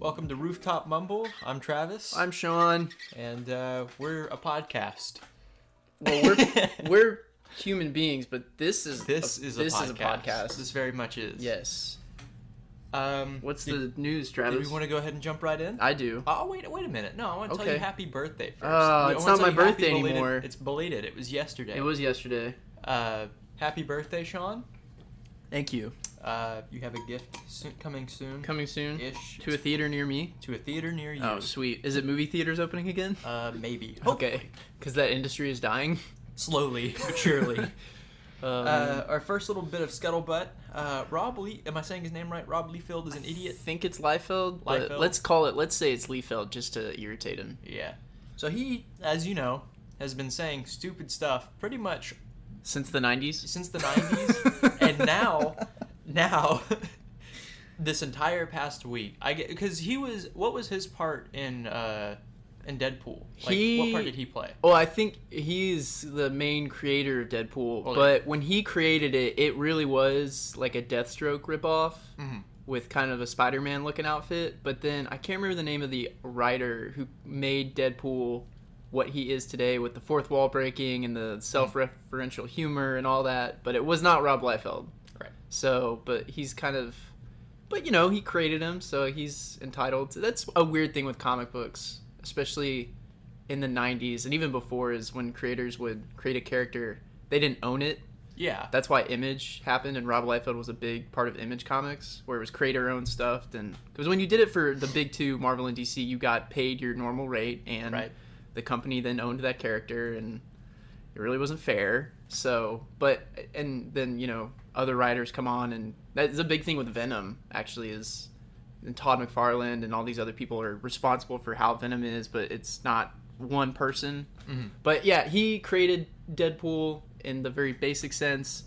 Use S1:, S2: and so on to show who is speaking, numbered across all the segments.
S1: Welcome to Rooftop Mumble. I'm Travis,
S2: I'm Sean.
S1: and uh, we're a podcast.
S2: Well, we're we're human beings, but this is
S1: This
S2: a,
S1: is a
S2: this
S1: podcast.
S2: is a podcast.
S1: This very much is.
S2: yes.
S1: Um,
S2: What's
S1: do,
S2: the news,
S1: Do
S2: Travis?
S1: we want to go ahead and jump right in?
S2: I do.
S1: oh wait, wait a minute. No, I want to tell you
S2: Okay.
S1: happy birthday first.
S2: Oh,
S1: I
S2: it's
S1: wanna
S2: not
S1: tell
S2: my
S1: you happy
S2: birthday
S1: belated-
S2: anymore.
S1: It's belated. It was yesterday.
S2: It was yesterday.
S1: Uh, happy birthday, Sean.
S2: Thank you.
S1: Uh, you have a gift soon, coming soon.
S2: Coming soon
S1: ish
S2: to a theater near me.
S1: to a theater near you.
S2: Oh, sweet. Is it movie theaters opening again?
S1: Uh, maybe.
S2: Okay, because that industry is dying.
S1: Slowly but surely.
S2: Um,
S1: uh, our first little bit of scuttlebutt. Uh, Rob Lee. Am I saying his name right? Rob Liefeld is an
S2: I
S1: idiot.
S2: think it's Liefeld, but
S1: Liefeld?
S2: let's call it. Let's say it's Liefeld just to irritate him.
S1: Yeah. So he, as you know, has been saying stupid stuff pretty much
S2: Since the '90s.
S1: since the 90s and now now this entire past week i get because he was what was his part in uh in deadpool like what
S2: He-
S1: part did he play
S2: Well, Oh, I think he's the main creator of Deadpool,
S1: Well,
S2: but when he created it, it really was like a Deathstroke ripoff
S1: Mhm.
S2: with kind of a Spider Man looking outfit. But then I can't remember the name of the writer who made Deadpool what he is today with the fourth wall breaking and the self referential humor and all that, but it was not Rob Liefeld.
S1: Right.
S2: So, but he's kind of. But you know, he created him, so he's entitled to. That's a weird thing with comic books, especially in the 90s and even before is when creators would create a character they didn't own it
S1: yeah
S2: that's why image happened and rob liefeld was a big part of image comics where it was creator owned stuff and because when you did it for the big two marvel and dc you got paid your normal rate and
S1: Right.
S2: the company then owned that character and it really wasn't fair so but and then you know other writers come on and that's a big thing with venom actually is and Todd McFarlane and all these other people are responsible for how Venom is, but it's not one person.
S1: Mhm.
S2: But yeah, he created Deadpool in the very basic sense,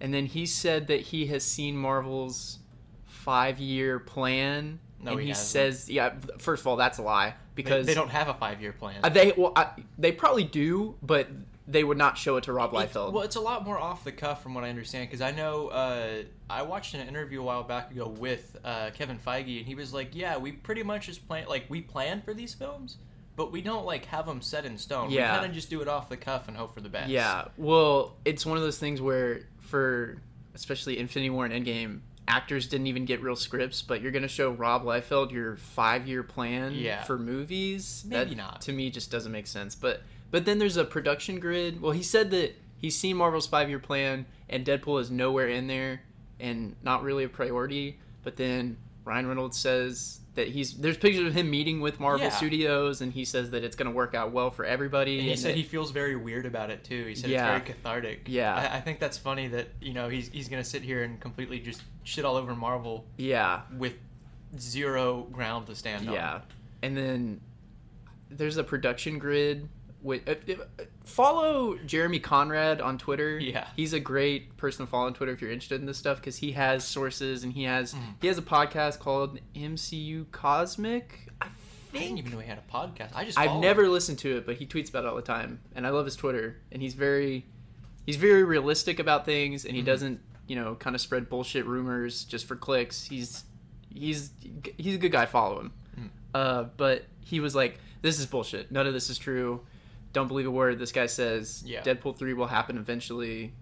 S2: and then he said that he has seen Marvel's five-year plan,
S1: No,
S2: and
S1: he
S2: he,
S1: hasn't.
S2: says, yeah. First of all, that's a lie
S1: they,
S2: because
S1: they don't have a five-year plan
S2: uh, they well I, they probably do, but they would not show it to Rob
S1: It's-
S2: Liefeld.
S1: well it's a lot more off the cuff from what i understand because i know uh i watched an interview a while back ago with uh kevin feige and he was like yeah we pretty much just plan like we plan for these films but we don't like have them set in stone
S2: Yeah.
S1: we kind of just do it off the cuff and hope for the best
S2: Yeah. Well, it's one of those things where for especially Infinity War and Endgame, actors didn't even get real scripts, but you're gonna show Rob Liefeld your five year plan
S1: Yeah.
S2: for movies.
S1: Maybe
S2: That,
S1: not.
S2: To me just doesn't make sense. But but then there's a production grid. Well he said that he's seen Marvel's five year plan and Deadpool is nowhere in there and not really a priority. But then Ryan Reynolds says that he's there's pictures of him meeting with Marvel
S1: Yeah.
S2: Studios and he says that it's gonna work out well for everybody.
S1: And he
S2: and
S1: said
S2: that-
S1: he feels very weird about it too. He said
S2: Yeah.
S1: it's very cathartic.
S2: Yeah.
S1: I, I think that's funny that you know he's he's gonna sit here and completely just shit all over Marvel
S2: Yeah.
S1: with zero ground to stand on.
S2: Yeah, and then there's a production grid. With uh, uh, follow Jeremy Conrad on Twitter.
S1: Yeah.
S2: he's a great person to follow on Twitter if you're interested in this stuff because he has sources and he has
S1: Mm-hmm.
S2: he has a podcast called MCU Cosmic. I
S1: I didn't
S2: think
S1: even know he had a podcast. I just
S2: I've
S1: follow
S2: never
S1: him.
S2: listened to it, but he tweets about it all the time, and I love his Twitter. And he's very, he's very realistic about things, and he
S1: Mm-hmm.
S2: doesn't, you know, kind of spread bullshit rumors just for clicks. He's, he's, he's a good guy. Follow him.
S1: Mm.
S2: Uh, but he was like, "This is bullshit. None of this is true. Don't believe a word this guy says.
S1: Yeah.
S2: Deadpool three will happen eventually."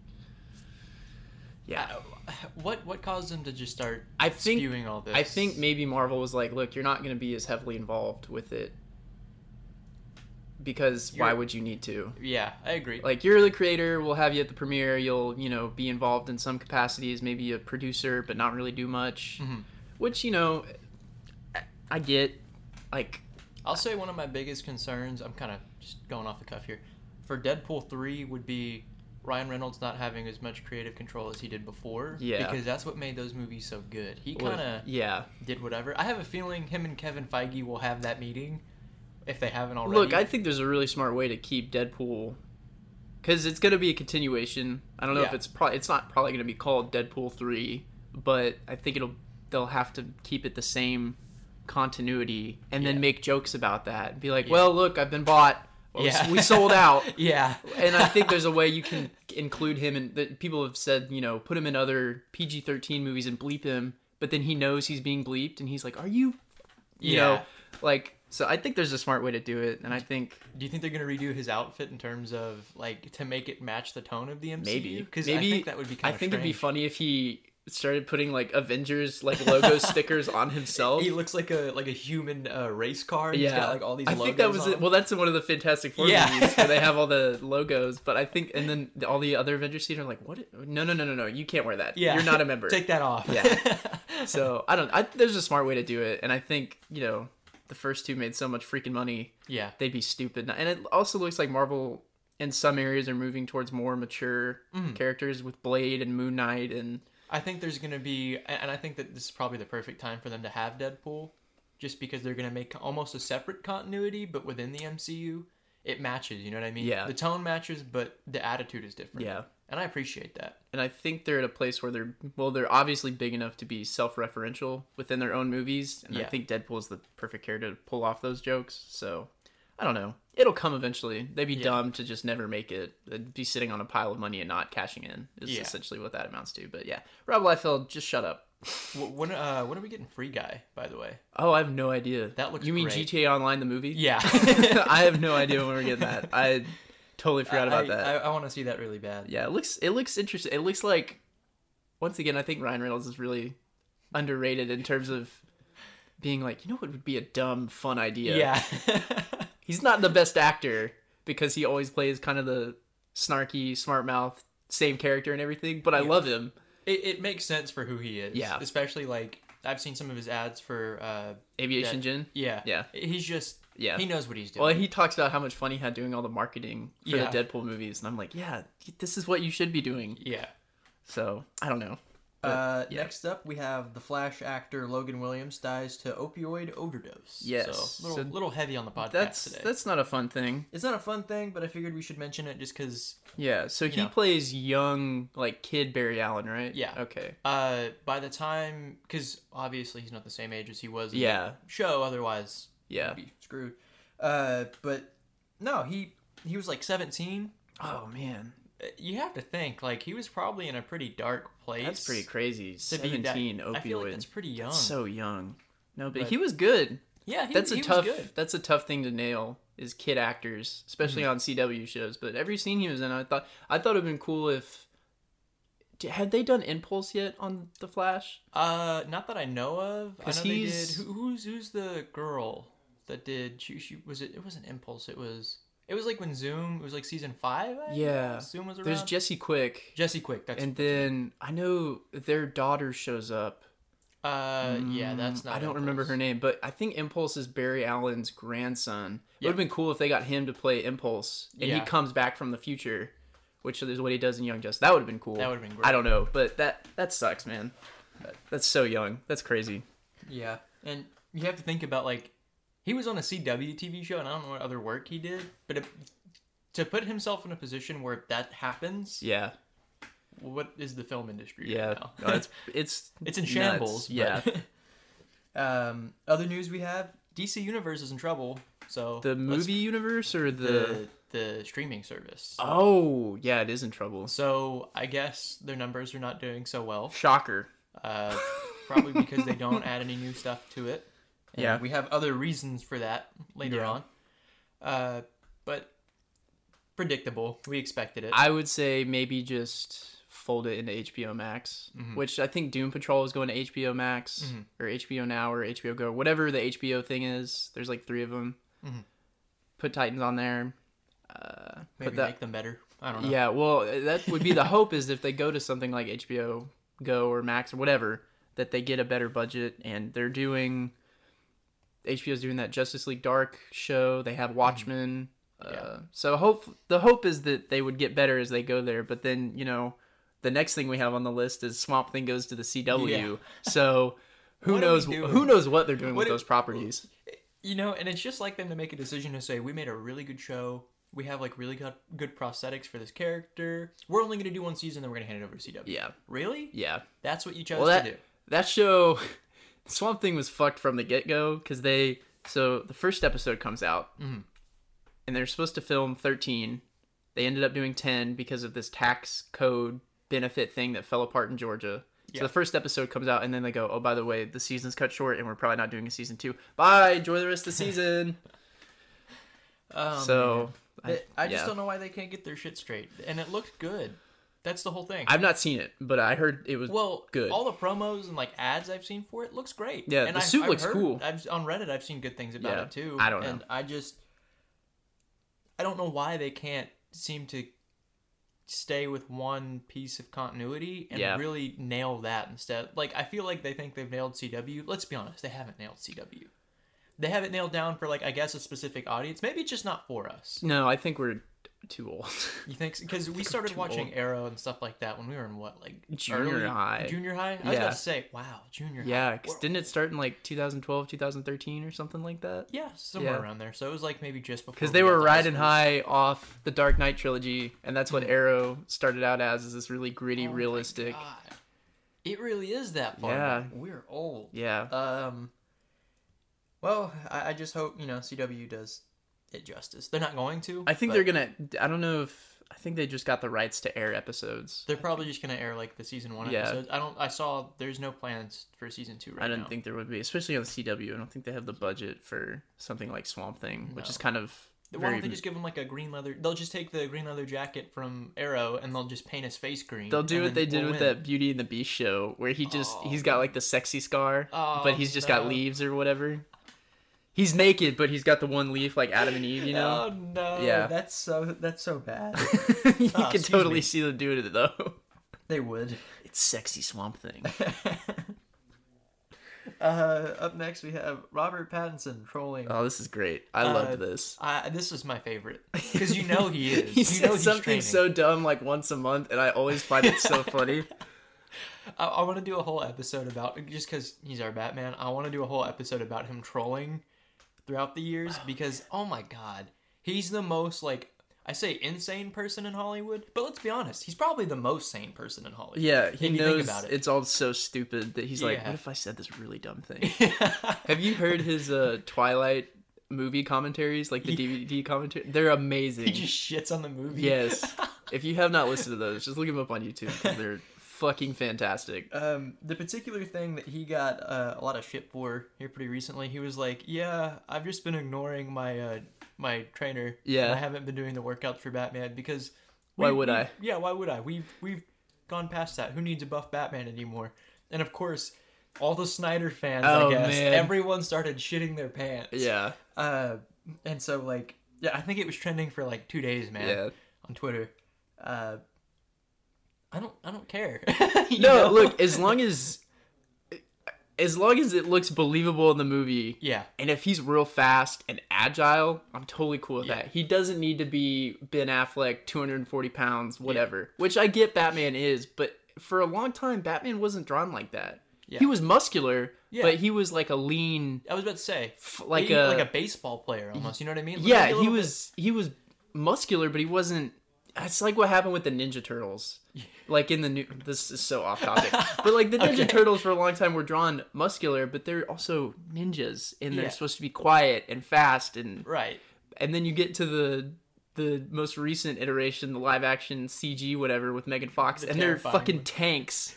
S2: Yeah.
S1: What what caused him to just start
S2: I think-
S1: spewing all this?
S2: I think maybe Marvel was like, look, you're not going to be as heavily involved with it because why
S1: You're-
S2: would you need to?
S1: yeah, I agree.
S2: Like, you're the creator, we'll have you at the premiere, you'll, you know, be involved in some capacities, maybe a producer, but not really do much.
S1: Mhm.
S2: Which, you know, I- I get. Like,
S1: I'll say one of my biggest concerns. I'm kind of just going off the cuff here. For Deadpool three would be Ryan Reynolds not having as much creative control as he did before.
S2: Yeah.
S1: Because that's what made those movies so good. He
S2: well,
S1: kind of
S2: yeah.
S1: did whatever. I have a feeling him and Kevin Feige will have that meeting if they haven't already.
S2: Look, I think there's a really smart way to keep Deadpool because it's going to be a continuation. I don't know if
S1: Yeah.
S2: it's probably it's not probably going to be called Deadpool three, but I think it'll they'll have to keep it the same continuity and then
S1: Yeah.
S2: make jokes about that and be like,
S1: Yeah.
S2: well, look, I've been bought. Well, we-
S1: Yeah.
S2: we sold out.
S1: yeah.
S2: and I think there's a way you can include him and that people have said, you know, put him in other PG-13 movies and bleep him, but then he knows he's being bleeped and he's like, "Are you you know,
S1: Yeah.
S2: like so I think there's a smart way to do it and I think
S1: Do you think they're gonna redo his outfit in terms of like to make it match the tone of the MCU?
S2: maybe
S1: because
S2: maybe
S1: I think that would be
S2: I
S1: kind of
S2: think it'd be funny if he started putting like Avengers like logo stickers on himself.
S1: He looks like a like a human uh, race car. and He's got like all these.
S2: I
S1: logos
S2: think that was
S1: on.
S2: it. well. That's in one of the Fantastic Four
S1: Yeah.
S2: movies where they have all the logos. But I think, and then the- all the other Avengers team are like, "What? No, no, no, no, no! You can't wear that.
S1: Yeah.
S2: You're not a member."
S1: Take that off.
S2: Yeah. so I don't. I, there's a smart way to do it, and I think you know the first two made so much freaking money,
S1: yeah.
S2: they'd be stupid. And it also looks like Marvel in some areas are moving towards more mature characters with Blade and Moon Knight and
S1: I think there's gonna be, and and I think that this is probably the perfect time for them to have Deadpool, just because they're gonna make almost a separate continuity, but within the MCU, it matches. You know what I mean?
S2: Yeah.
S1: The tone matches, but the attitude is different.
S2: Yeah.
S1: And I appreciate that.
S2: and I think they're at a place where they're well, they're obviously big enough to be self-referential within their own movies, and I
S1: Yeah.
S2: think Deadpool's the perfect character to pull off those jokes. So I don't know, it'll come eventually. They'd be dumb to just never make it. They'd be sitting on a pile of money and not cashing in. Is
S1: Yeah.
S2: essentially what that amounts to. But yeah, Rob Liefeld, just shut up.
S1: Wh- When uh, when are we getting Free Guy? By the way.
S2: Oh, I have no idea.
S1: That looks
S2: You mean
S1: great.
S2: GTA Online the movie?
S1: Yeah.
S2: I have no idea when we're getting that. I totally forgot about
S1: I,
S2: that.
S1: I, I want to see that really bad.
S2: yeah, it looks it looks interesting. It looks like once again, I think Ryan Reynolds is really underrated in terms of being like, you know, what would be a dumb, fun idea.
S1: Yeah.
S2: he's not the best actor because he always plays kind of the snarky, smart mouth, same character and everything. But I love him.
S1: it, it makes sense for who he is.
S2: Yeah.
S1: Especially like I've seen some of his ads for. Uh,
S2: Aviation
S1: Yeah.
S2: Gin.
S1: yeah.
S2: Yeah.
S1: He's just.
S2: Yeah.
S1: He knows what he's doing.
S2: Well, he talks about how much fun he had doing all the marketing for
S1: Yeah.
S2: the Deadpool movies, and I'm like, yeah, this is what you should be doing.
S1: yeah.
S2: So I don't know.
S1: Uh,
S2: yeah.
S1: Next up, we have the Flash actor Logan Williams dies to opioid overdose.
S2: Yes.
S1: So, little,
S2: So
S1: little heavy on the podcast
S2: That's
S1: today.
S2: that's not a fun thing.
S1: It's not a fun thing, but I figured we should mention it just because,
S2: Yeah. So he
S1: know.
S2: plays young, like kid Barry Allen, right?
S1: Yeah.
S2: Okay.
S1: uh, by the time, because obviously he's not the same age as he was in the
S2: Yeah.
S1: show, otherwise
S2: Yeah.
S1: he'd be screwed. Uh, but no, he he was like 17.
S2: Oh man,
S1: Uh, You have to think, like, he was probably in a pretty dark place.
S2: that's pretty crazy.
S1: to be that-
S2: Seventeen opioid.
S1: I feel like that's pretty young.
S2: so young. No, but,
S1: But-
S2: he was good.
S1: yeah, he,
S2: That's
S1: he
S2: a tough.
S1: was good.
S2: That's a tough thing to nail is kid actors, especially
S1: Mm-hmm.
S2: on CW shows. But every scene he was in, I thought I thought it'd been cool if. D- Had they done Impulse yet on The Flash?
S1: Uh, not that I know of. I
S2: 'Cause
S1: know they did.
S2: he's-
S1: Who, who's who's the girl that did? She, she was it. It wasn't Impulse. It was. It was like when Zoom. It was like season five. I
S2: Yeah.
S1: think, Zoom was around.
S2: There's Jesse Quick,
S1: Jesse Quick. That's
S2: and then I know their daughter shows up.
S1: uh yeah. That's
S2: Mm,
S1: not.
S2: I don't remember
S1: Impulse.
S2: her name, but I think Impulse is Barry Allen's grandson. It would have
S1: Yeah.
S2: been cool if they got him to play Impulse, and he
S1: Yeah.
S2: comes back from the future, which is what he does in Young Justice. That would have been cool.
S1: That would've been
S2: I don't know, but that that sucks, man. That- That's so young. That's crazy.
S1: Yeah, and you have to think about like he was on a CW TV show, and I don't know what other work he did, but if, to put himself in a position where that happens,
S2: Yeah,
S1: what is the film industry? right
S2: yeah.
S1: now?
S2: No, it's it's
S1: It's in
S2: nuts.
S1: shambles.
S2: Yeah,
S1: but- um, other news we have: DC Universe is in trouble. So
S2: the
S1: let's-
S2: movie universe or the,
S1: the the streaming service.
S2: oh yeah, it is in trouble.
S1: So I guess their numbers are not doing so well.
S2: Shocker.
S1: Uh, probably because they don't add any new stuff to it. And
S2: Yeah.
S1: we have other reasons for that later
S2: Yeah.
S1: on. Uh, but predictable. We expected it.
S2: I would say maybe just fold it into HBO Max,
S1: Mm-hmm.
S2: which I think Doom Patrol is going to HBO Max or HBO Now or HBO Go, whatever the HBO thing is. There's like three of them.
S1: Mm-hmm.
S2: Put Titans on there. Uh,
S1: Maybe
S2: put that.
S1: make them better. I don't know.
S2: yeah, well, uh, that would be the hope is if they go to something like HBO Go or Max or whatever, that they get a better budget and they're doing. HBO's doing that Justice League Dark show. They have Watchmen. Uh,
S1: Mm-hmm. Yeah.
S2: so hope the hope is that they would get better as they go there. But then you know, the next thing we have on the list is Swamp Thing goes to the CW. so
S1: What are
S2: who
S1: we
S2: knows?
S1: doing?
S2: Who knows what they're doing
S1: What
S2: with
S1: do-
S2: those properties?
S1: You know, and it's just like them to make a decision to say we made a really good show. We have like really good good prosthetics for this character. We're only going to do one season, then we're going to hand it over to CW.
S2: Yeah,
S1: Really?
S2: yeah.
S1: That's what you chose
S2: Well,
S1: to do.
S2: that that show Swamp Thing was fucked from the get go because they so the first episode comes out
S1: Mhm.
S2: and they're supposed to film 13. They ended up doing 10 because of this tax code benefit thing that fell apart in Georgia.
S1: Yeah.
S2: So the first episode comes out and then they go, oh by the way, the season's cut short and we're probably not doing a season two. Bye, enjoy the rest of the season.
S1: Um,
S2: so
S1: I, I just
S2: yeah.
S1: don't know why they can't get their shit straight. And it looked good. That's the whole thing.
S2: I've not seen it, but I heard it was
S1: well,
S2: good.
S1: All the promos and like ads I've seen for it looks great.
S2: Yeah,
S1: and
S2: the
S1: I've-
S2: suit
S1: I've
S2: looks
S1: heard-
S2: cool.
S1: I've on Reddit. I've seen good things about
S2: Yeah,
S1: it too.
S2: I don't know.
S1: And I just, I don't know why they can't seem to stay with one piece of continuity and
S2: Yeah.
S1: really nail that instead. Like I feel like they think they've nailed CW. Let's be honest, they haven't nailed CW. They haven't nailed down for like I guess a specific audience. Maybe it's just not for us.
S2: No, I think we're too old.
S1: You think? Because we started
S2: too
S1: watching
S2: old.
S1: Arrow and stuff like that when we were in what, like
S2: Junior
S1: early-
S2: high.
S1: Junior high. I was
S2: Yeah.
S1: about to say, wow, junior.
S2: yeah,
S1: high.
S2: because
S1: We're-
S2: didn't it start in like 2012, 2013 or something like that?
S1: Yeah, somewhere
S2: Yeah.
S1: around there. So it was like maybe just before.
S2: Because
S1: we
S2: they
S1: got
S2: were
S1: to
S2: riding
S1: Oscars.
S2: high off the Dark Knight trilogy, and that's what Arrow started out as, is this really gritty,
S1: Oh my
S2: realistic.
S1: God. It really is that far.
S2: Yeah.
S1: back. we're old.
S2: Yeah.
S1: Um. Well, I, I just hope you know CW does it justice. They're not going to.
S2: I think
S1: but
S2: they're going to, I don't know if, I think they just got the rights to air episodes.
S1: They're probably just gonna air like the season one
S2: Yeah.
S1: episodes. I don't. I saw there's no plans for season two right
S2: I didn't
S1: now.
S2: think there would be, especially on the CW. I don't think they have the budget for something like Swamp Thing, which
S1: No.
S2: is kind of
S1: Why
S2: very.
S1: don't they just give him like a green leather? They'll just take the green leather jacket from Arrow and they'll just paint his face green.
S2: They'll do
S1: and
S2: what
S1: then
S2: they did
S1: we'll
S2: with
S1: win.
S2: that Beauty and the Beast show, where he just
S1: Oh.
S2: he's got like the sexy scar,
S1: Oh,
S2: but he's just got
S1: no.
S2: leaves or whatever. He's naked, but he's got the one leaf like Adam and Eve, you know.
S1: Oh no!
S2: Yeah.
S1: that's so that's so bad.
S2: you
S1: Oh,
S2: can
S1: excuse
S2: totally
S1: me.
S2: see them doing it though.
S1: they would.
S2: It's sexy swamp thing.
S1: uh, up next, we have Robert Pattinson trolling.
S2: Oh, this is great. I
S1: Uh,
S2: loved this.
S1: I, this is my favorite because you know he is.
S2: he
S1: you know
S2: says
S1: he's
S2: something
S1: training.
S2: so dumb like once a month, and I always find it so funny.
S1: I, I want to do a whole episode about just because he's our Batman. I want to do a whole episode about him trolling throughout the years because oh my god, he's the most like I say insane person in Hollywood. But let's be honest, he's probably the most sane person in Hollywood.
S2: Yeah, he
S1: If you think
S2: knows
S1: about it.
S2: it's all so stupid that he's like,
S1: Yeah.
S2: "What if I said this really dumb thing?" Have you heard his uh, Twilight movie commentaries, like the DVD commentary? They're amazing.
S1: he just shits on the movie.
S2: Yes. if you have not listened to those, just look them up on YouTube. 'cause They're fucking fantastic.
S1: um, the particular thing that he got uh, a lot of shit for here pretty recently, he was like, "Yeah, I've just been ignoring my uh, my trainer.
S2: Yeah.
S1: and I haven't been doing the workouts for Batman because
S2: Why
S1: we-
S2: would
S1: we-
S2: I?
S1: Yeah, why would I? We've we've gone past that. Who needs a buff Batman anymore? And of course, all the Snyder fans,
S2: Oh,
S1: I guess,
S2: man.
S1: everyone started shitting their pants.
S2: Yeah,
S1: Uh, and so like, yeah, I think it was trending for like two days, man,
S2: yeah.
S1: on Twitter. Uh, I don't, I don't care. You
S2: No,
S1: know?
S2: look, as long as as long as it looks believable in the movie,
S1: Yeah.
S2: and if he's real fast and agile, I'm totally cool with
S1: Yeah.
S2: that. He doesn't need to be Ben Affleck, 240 pounds, whatever. Which I get Batman is, but for a long time, Batman wasn't drawn like that.
S1: Yeah.
S2: He was muscular,
S1: Yeah.
S2: but he was like a lean,
S1: I was about to say,
S2: f- like
S1: he-
S2: a
S1: like a baseball player almost. You know what I mean? Looked like
S2: yeah.
S1: a
S2: He
S1: little
S2: was he was muscular, but he wasn't. It's like what happened with the Ninja Turtles. Like in the new, this is so off topic, but like the Ninja
S1: Okay.
S2: Turtles for a long time were drawn muscular, but they're also ninjas and they're
S1: Yeah.
S2: supposed to be quiet and fast and
S1: bit- right.
S2: and then you get to the the most recent iteration, the live action CG whatever with Megan Fox,
S1: The
S2: and they're
S1: terrifying
S2: fucking
S1: one.
S2: tanks.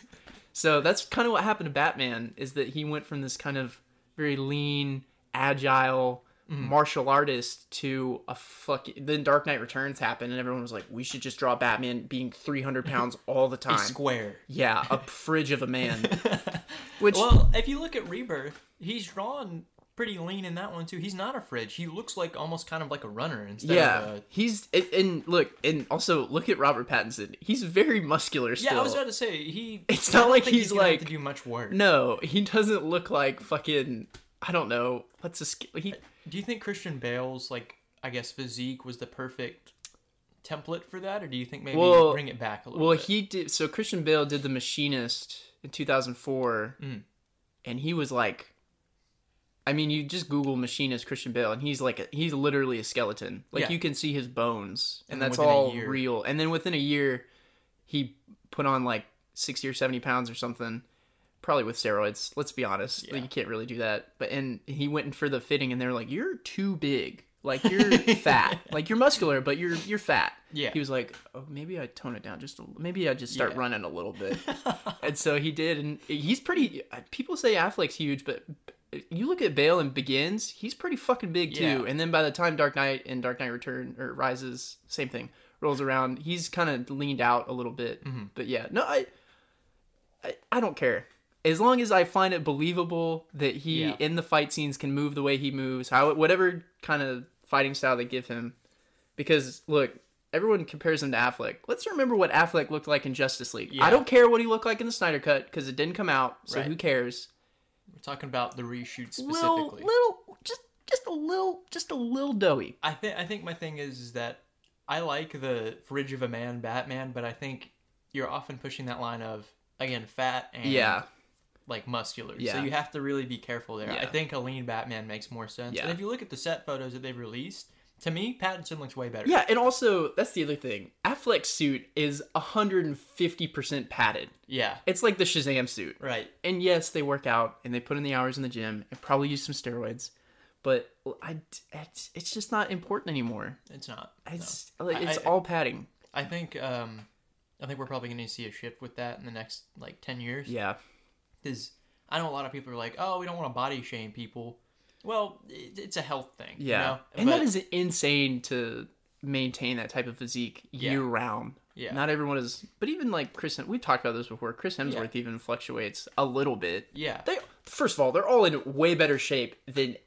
S2: So that's kind of what happened to Batman is that he went from this kind of very lean, agile
S1: Mm-hmm.
S2: martial artist to a fucking. Then Dark Knight Returns happened, and everyone was like, "We should just draw Batman being three hundred pounds all the
S1: He's
S2: time."
S1: square.
S2: Yeah, a fridge of a man. Which
S1: Well, if you look at Rebirth, he's drawn pretty lean in that one too. He's not a fridge. He looks like almost kind of like a runner instead
S2: yeah,
S1: of a
S2: he's and, and look, and also look at Robert Pattinson. He's very muscular. Still.
S1: Yeah, I was about to say he
S2: It's
S1: I
S2: not
S1: don't
S2: like
S1: think
S2: he's
S1: gonna have
S2: like-
S1: to do much work.
S2: No, he doesn't look like fucking. I don't know. What's a sk- he?
S1: Do you think Christian Bale's like I guess physique was the perfect template for that or do you think maybe
S2: Well-
S1: bring it back a little
S2: Well,
S1: bit?
S2: he did. So Christian Bale did The Machinist in 2004,
S1: Mm.
S2: and he was like, I mean, you just Google Machinist Christian Bale, and he's like, a, he's literally a skeleton. Like
S1: Yeah.
S2: you can see his bones, and,
S1: And then
S2: that's
S1: within a
S2: all
S1: year-
S2: real. And then within a year, he put on like 60 or 70 pounds or something. probably with steroids. Let's be honest, Like,
S1: Yeah.
S2: you can't really do that. But and he went in for the fitting, and they're like, "You're too big. Like you're fat. Like you're muscular, but you're you're fat."
S1: Yeah.
S2: He was like, "Oh, maybe I tone it down just. A, maybe I just start
S1: Yeah.
S2: running a little bit." and so he did, and he's pretty. People say Affleck's huge, but you look at Bale and Begins, he's pretty fucking big too.
S1: Yeah.
S2: And then by the time Dark Knight and Dark Knight Return or Rises, same thing, rolls around, he's kind of leaned out a little bit.
S1: Mm-hmm.
S2: But yeah, no, I, I, I don't care. As long as I find it believable that he
S1: Yeah.
S2: in the fight scenes can move the way he moves, how whatever kind of fighting style they give him, because look, everyone compares him to Affleck. Let's remember what Affleck looked like in Justice League. I
S1: Yeah.
S2: don't care what he looked like in the Snyder Cut because it didn't come out, so
S1: Right.
S2: who cares?
S1: We're talking about the reshoot specifically.
S2: Little, little, just, just a little, just a little doughy.
S1: I think I think my thing is, is that I like the fridge of a man Batman, but I think you're often pushing that line of again fat and
S2: Yeah,
S1: like muscular.
S2: Yeah.
S1: So you have to really be careful there. I
S2: Yeah.
S1: think a lean Batman makes more sense.
S2: Yeah.
S1: And if you look at the set photos that they've released, to me Pattinson looks way better.
S2: yeah, and also that's the other thing. Affleck's suit is 150 percent padded.
S1: Yeah.
S2: It's like the Shazam suit.
S1: Right.
S2: and yes, they work out and they put in the hours in the gym and probably use some steroids, but I, it's, it's just not important anymore.
S1: It's not.
S2: It's like,
S1: I-
S2: it's
S1: I-
S2: all padding.
S1: I think um I think we're probably going to see a shift with that in the next like 10 years
S2: Yeah,
S1: cuz I know a lot of people are like, "Oh, we don't want to body shame people." Well, it, it's a health thing, you
S2: yeah,
S1: know?
S2: and that
S1: But-
S2: is insane to maintain that type of physique
S1: Yeah.
S2: year round.
S1: Yeah.
S2: not everyone is, but even like Chris, we've talked about this before. Chris Hemsworth even fluctuates a little bit.
S1: yeah.
S2: They first of all, they're all in way better shape than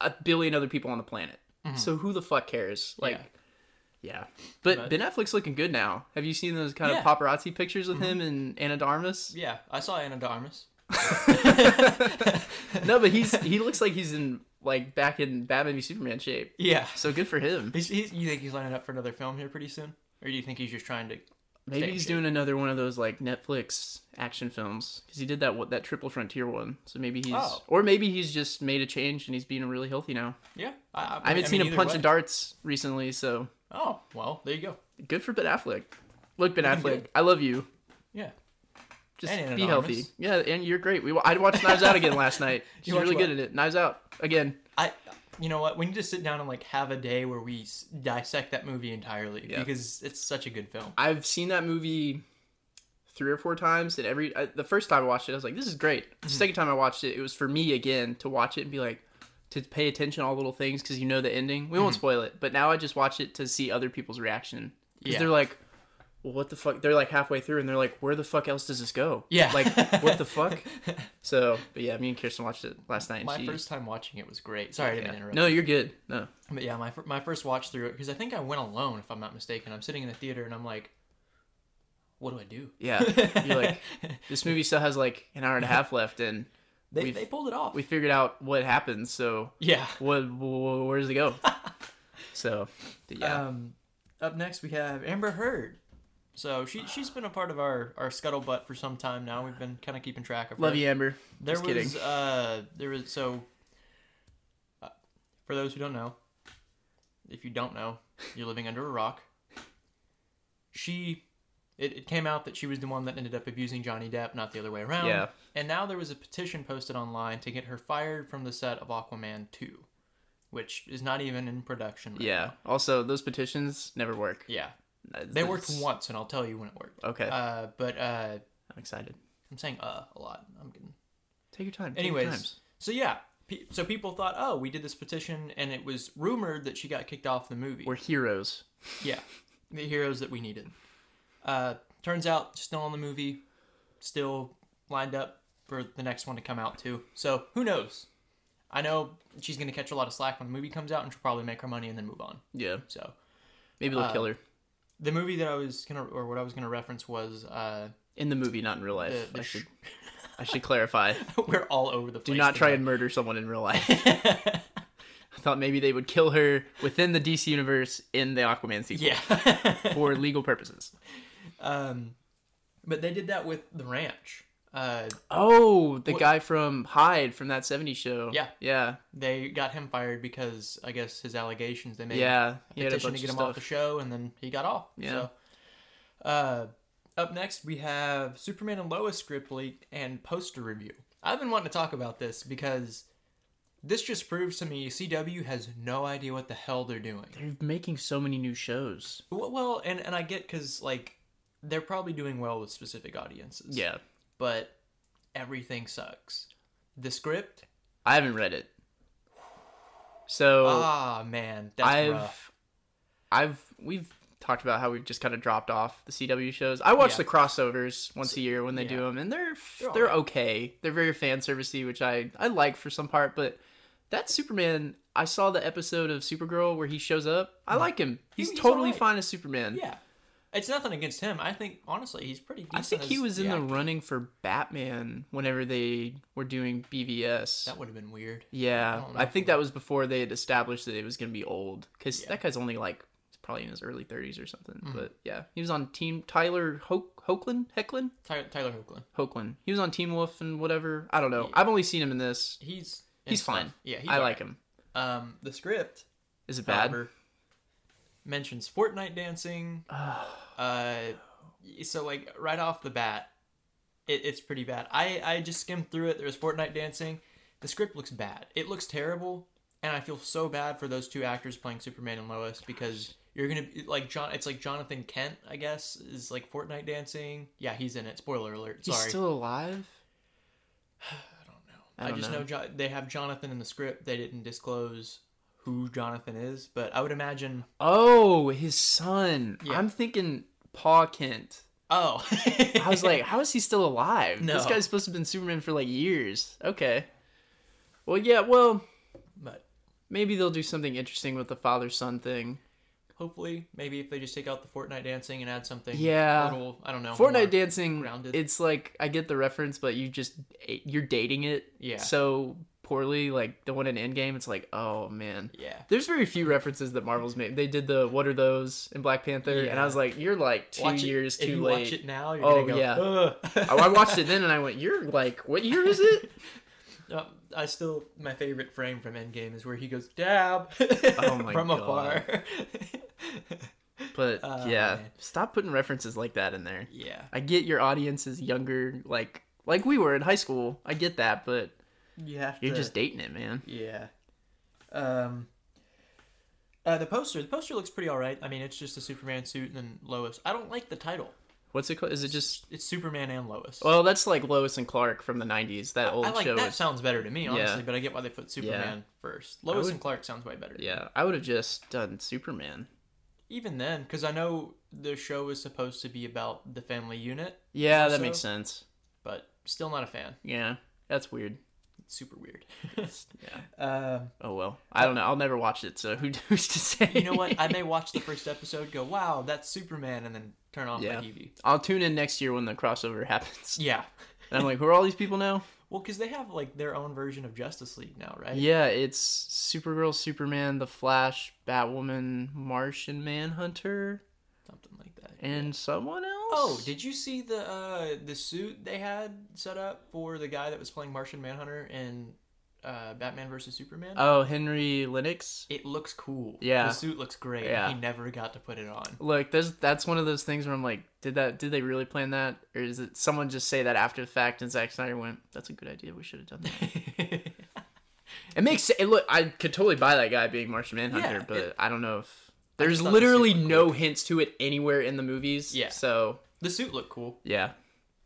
S2: a billion other people on the planet. So who the fuck cares? Like.
S1: Mm-hmm. Yeah.
S2: Yeah. But,
S1: But-
S2: Ben Affleck's looking good now. Have you seen those kind
S1: Yeah. Mm-hmm.
S2: of paparazzi pictures with him and Anna Darmus?
S1: Yeah, I saw Anadarmus.
S2: no, but he's he looks like he's in like back in Batman v Superman shape.
S1: Yeah.
S2: So good for him.
S1: He's, he's, you think he's lining up for another film here pretty soon? Or do you think he's just trying to.
S2: Maybe
S1: Stay in
S2: he's
S1: shape.
S2: doing another one of those like Netflix action films because he did that that Triple Frontier one. So maybe he's
S1: Oh.
S2: or maybe he's just made a change and he's being really healthy now.
S1: Yeah. I,
S2: I haven't seen him
S1: either
S2: punch
S1: way.
S2: a darts recently, so
S1: Oh, well, there you go.
S2: good for Ben Affleck. Look,
S1: Looking
S2: Ben Affleck,
S1: good.
S2: I love you.
S1: Yeah.
S2: Just
S1: And Anna
S2: be
S1: de
S2: healthy.
S1: Armas.
S2: Yeah, and you're great. We wa- I watched Knives Out again last night. She's
S1: watched
S2: really
S1: what?
S2: good at it. Knives Out again.
S1: I. You know what? We need to sit down and like have a day where we s- dissect that movie entirely
S2: Yeah.
S1: because it's such a good film.
S2: I've seen that movie three or four times, and every I, the first time I watched it, I was like, "This is great." The
S1: Mm-hmm.
S2: second time I watched it, it was for me again to watch it and be like, to pay attention to all little things because you know the ending. We
S1: Mm-hmm.
S2: won't spoil it, but now I just watch it to see other people's reaction because
S1: Yeah.
S2: they're like. Well, what the fuck? They're like halfway through, and they're like, "Where the fuck else does this go?"
S1: Yeah.
S2: like what the fuck? So, but yeah, me and Kirsten watched it last night. And
S1: My
S2: she,
S1: first time watching it was great. Sorry, I didn't mean
S2: yeah.
S1: to interrupt.
S2: no, you're good. No,
S1: But yeah, my fir- my first watch through it because I think I went alone if I'm not mistaken. I'm sitting in the theater and I'm like, what do I do?
S2: yeah, you're like, this movie still has like an hour and a half left, and
S1: they,
S2: we've-
S1: they pulled it off.
S2: we figured out what happens. So
S1: yeah.
S2: what, wh- where does it go? So but yeah,
S1: Um, up next we have Amber Heard. So she she's been a part of our our scuttlebutt for some time now. We've been kind of keeping track of her.
S2: love you, Amber.
S1: There
S2: Just
S1: was
S2: kidding.
S1: uh there was so uh, for those who don't know, if you don't know, you're living under a rock. She it, it came out that she was the one that ended up abusing Johnny Depp, not the other way around.
S2: Yeah.
S1: And now there was a petition posted online to get her fired from the set of Aquaman 2, which is not even in production. right
S2: Yeah.
S1: now.
S2: Also, those petitions never work.
S1: Yeah. They
S2: That's-
S1: worked once, and I'll tell you when it worked.
S2: Okay,
S1: Uh, but uh,
S2: I'm excited.
S1: I'm saying uh a lot. I'm getting.
S2: Take your time. Take your
S1: Anyways,
S2: times.
S1: so yeah, pe- so people thought, oh, we did this petition, and it was rumored that she got kicked off the movie.
S2: we're heroes.
S1: yeah, the heroes that we needed. Uh, turns out, still on the movie, still lined up for the next one to come out too. So who knows? I know she's gonna catch a lot of slack when the movie comes out, and she'll probably make her money and then move on.
S2: Yeah,
S1: So
S2: maybe
S1: uh,
S2: they'll kill her
S1: the movie that I was gonna, or what I was gonna reference was uh,
S2: in the movie, not in real life.
S1: the, the
S2: I
S1: sh-
S2: should I should clarify.
S1: we're all over the
S2: Do
S1: place.
S2: not try
S1: today.
S2: and murder someone in real life. I thought maybe they would kill her within the DC universe in the Aquaman sequel
S1: Yeah.
S2: for legal purposes.
S1: um, but they did that with the ranch. Uh,
S2: Oh, the guy from Hyde from that 70s show.
S1: Yeah.
S2: Yeah.
S1: they got him fired because I guess his allegations they made
S2: Yeah. He had a
S1: petition
S2: bunch
S1: to get
S2: of
S1: him off
S2: stuff.
S1: the show, and then he got off.
S2: Yeah.
S1: So, uh, Up next, we have Superman and Lois script leak and poster review. I've been wanting to talk about this because this just proves to me CW has no idea what the hell they're doing.
S2: They're making so many new shows.
S1: Well, well and, and I get because, like, they're probably doing well with specific audiences.
S2: Yeah.
S1: But everything sucks. The script?
S2: I haven't read it. So
S1: Ah, man. That's
S2: I've
S1: rough.
S2: I've we've talked about how we've just kind of dropped off the CW shows. I watch
S1: Yeah.
S2: the crossovers once a year when they do
S1: yeah.
S2: 'em, do them, and they're
S1: They're
S2: they're,
S1: alright.
S2: okay. They're very fan servicey, which I I like for some part. But that Superman, I saw the episode of Supergirl where he shows up. I like him.
S1: Mm-hmm. He-
S2: He's,
S1: he's
S2: totally
S1: alright.
S2: fine as Superman.
S1: Yeah. It's nothing against him. I think, honestly, he's pretty decent.
S2: I think he
S1: as
S2: was in the
S1: actor.
S2: running for Batman whenever they were doing BVS.
S1: That would have been weird. I
S2: yeah,
S1: don't know
S2: I,
S1: if
S2: think that was before they had established that it was going to be old because
S1: Yeah. Mm-hmm.
S2: that guy's only like he's probably in his early 30s or something. But yeah, he was on Team Tyler Ho- Hoechlin, Hecklin,
S1: Tyler, Tyler Hoechlin.
S2: Hoechlin. He was on Team Wolf and whatever. I don't know. I've only seen him in this.
S1: He's in
S2: He's
S1: stuff.
S2: fine.
S1: Yeah, he's
S2: I
S1: all
S2: like him.
S1: right. Um, the script
S2: Is it bad?
S1: however, mentions Fortnite dancing. uh, so like right off the bat, it, it's pretty bad. I I just skimmed through it. There's Fortnite dancing. The script looks bad. It looks terrible, and I feel so bad for those two actors playing Superman and Lois because you're gonna be like John. It's like Jonathan Kent, I guess, is like Fortnite dancing. Yeah, he's in it. Spoiler alert.
S2: he's
S1: Sorry.
S2: still alive.
S1: I don't know.
S2: I
S1: I,
S2: don't
S1: just know,
S2: know.
S1: Jo- they have Jonathan in the script. They didn't disclose who Jonathan is, but I would imagine.
S2: Oh, his son.
S1: Yeah.
S2: I'm thinking Pa Kent.
S1: Oh,
S2: I was like, how is he still alive? This
S1: No.
S2: guy's supposed to have been Superman for like years. Okay. Well, yeah, well,
S1: but
S2: maybe they'll do something interesting with the father son thing.
S1: hopefully, maybe if they just take out the Fortnite dancing and add something,
S2: Yeah.
S1: a little, I don't know,
S2: Fortnite
S1: more-
S2: dancing,
S1: grounded.
S2: it's like, I get the reference, but you just, eh, you're dating it
S1: Yeah.
S2: so poorly. Like the one in Endgame, it's like, oh man.
S1: yeah,
S2: There's very few references that Marvel's made. They did the What Are Those in Black Panther, and
S1: Yeah.
S2: I was like, you're like two
S1: Watch it-
S2: years
S1: if
S2: too
S1: you
S2: late.
S1: Watch it now, you're
S2: Oh,
S1: gonna go.
S2: yeah. Oh,
S1: "Ugh."
S2: I I watched it then and I went, you're like, what year is it?
S1: Um, I still my favorite frame from Endgame is where he goes dab
S2: Oh my
S1: from
S2: God.
S1: afar.
S2: But
S1: Oh,
S2: yeah,
S1: man.
S2: stop putting references like that in there.
S1: yeah,
S2: I get your audience is younger, like like we were in high school. I get that, but
S1: you have
S2: you're
S1: to-
S2: just dating it, man.
S1: Yeah. Um. Uh, the poster. The poster looks pretty all right. I mean, it's just a Superman suit and then Lois. I don't like the title.
S2: What's it called? Is it just?
S1: It's Superman and Lois.
S2: Well, that's like Lois and Clark from the '90s. That old
S1: Oh, I like
S2: show.
S1: that
S2: is-
S1: sounds better to me, honestly.
S2: Yeah.
S1: But I get why they put Superman first. Lois
S2: would-
S1: and Clark sounds way better.
S2: Yeah, I would have just done Superman.
S1: Even then, because I know the show is supposed to be about the family unit,
S2: Yeah,
S1: So-
S2: that makes sense.
S1: but still not a fan.
S2: Yeah, that's weird.
S1: It's super weird.
S2: Yeah.
S1: Um
S2: Oh well, I don't know. I'll never watch it, so who who's to say?
S1: you know what? I may watch the first episode, go, "Wow, that's Superman," and then turn off
S2: Yeah.
S1: my TV.
S2: I'll tune in next year when the crossover happens.
S1: Yeah.
S2: And I'm like, who are all these people now?
S1: Well, because they have like their own version of Justice League now, right?
S2: Yeah, it's Supergirl, Superman, The Flash, Batwoman, Martian Manhunter,
S1: Something like that.
S2: and someone else.
S1: Oh, did you see the uh, the suit they had set up for the guy that was playing Martian Manhunter in uh, Batman versus Superman?
S2: oh Henry Lennox.
S1: it looks cool.
S2: Yeah.
S1: the suit looks great.
S2: Yeah.
S1: he never got to put it on.
S2: Look, there's that's one of those things where I'm like, did that? Did they really plan that, or is it someone just say that after the fact? And Zack Snyder went, "That's a good idea. We should have done that." It makes it look. I could totally buy that guy being Martian Manhunter,
S1: Yeah,
S2: but
S1: it-
S2: I don't know if
S1: I
S2: there's
S1: just thought it was
S2: literally
S1: super
S2: no hints to it anywhere in the movies.
S1: Yeah.
S2: So
S1: the suit looked cool.
S2: yeah,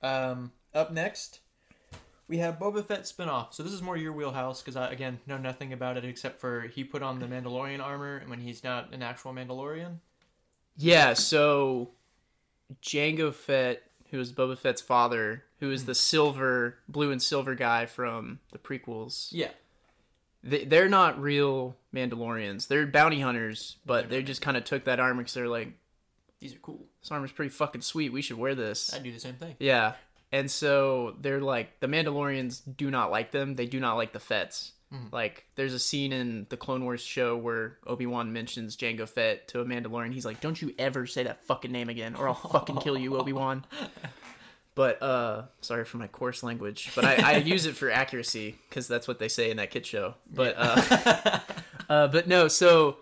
S1: Um, up next, we have Boba Fett spinoff. So this is more your wheelhouse because I again know nothing about it except for he put on the Mandalorian armor and when he's not an actual Mandalorian.
S2: yeah. So Django Fett, who is Boba Fett's father, who is the silver, blue and silver guy from the prequels.
S1: Yeah,
S2: they, they're not real Mandalorians. They're bounty hunters, but they just kind of took that armor because they're like,
S1: these are cool.
S2: this armor's pretty fucking sweet. We should wear this.
S1: I'd do the same thing.
S2: Yeah. And so they're like, the Mandalorians do not like them. They do not like the Fets. Like, there's a scene in the Clone Wars show where Obi Wan mentions Jango Fett to a Mandalorian. He's like, don't you ever say that fucking name again, or I'll fucking kill you, Obi Wan. But, uh, sorry for my coarse language, but I, I use it for accuracy because that's what they say in that kid show. But, uh, uh, but no, so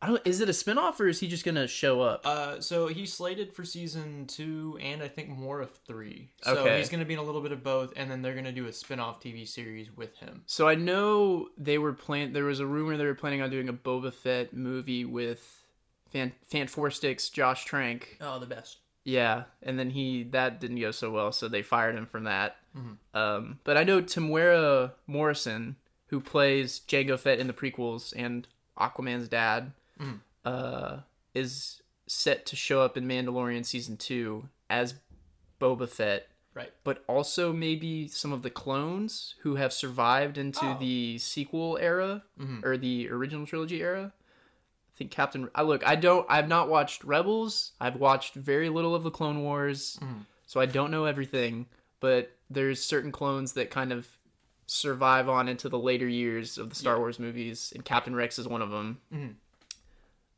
S2: I don't. Is it a spinoff or is he just gonna show up?
S1: Uh, so he's slated for season two and I think more of three. So
S2: Okay.
S1: he's going to be in a little bit of both, and then they're going to do a spin off TV series with him.
S2: So I know they were plan. There was a rumor they were planning on doing a Boba Fett movie with Fan Fanforstics Josh Trank.
S1: Oh, the best.
S2: Yeah, and then he that didn't go so well, so they fired him from that.
S1: Mhm.
S2: Um, but I know Tamwera Morrison, who plays Jango Fett in the prequels and Aquaman's dad,
S1: Mhm.
S2: uh, is set to show up in Mandalorian season two as Boba Fett
S1: Right.
S2: but also maybe some of the clones who have survived into
S1: Oh.
S2: the sequel era
S1: Mhm.
S2: or the original trilogy era. I think Captain. I look. I don't. I've not watched Rebels. I've watched very little of the Clone Wars,
S1: Mhm.
S2: so I don't know everything. But there's certain clones that kind of survive on into the later years of the Star Wars movies, and Captain Rex is one of them.
S1: Mhm.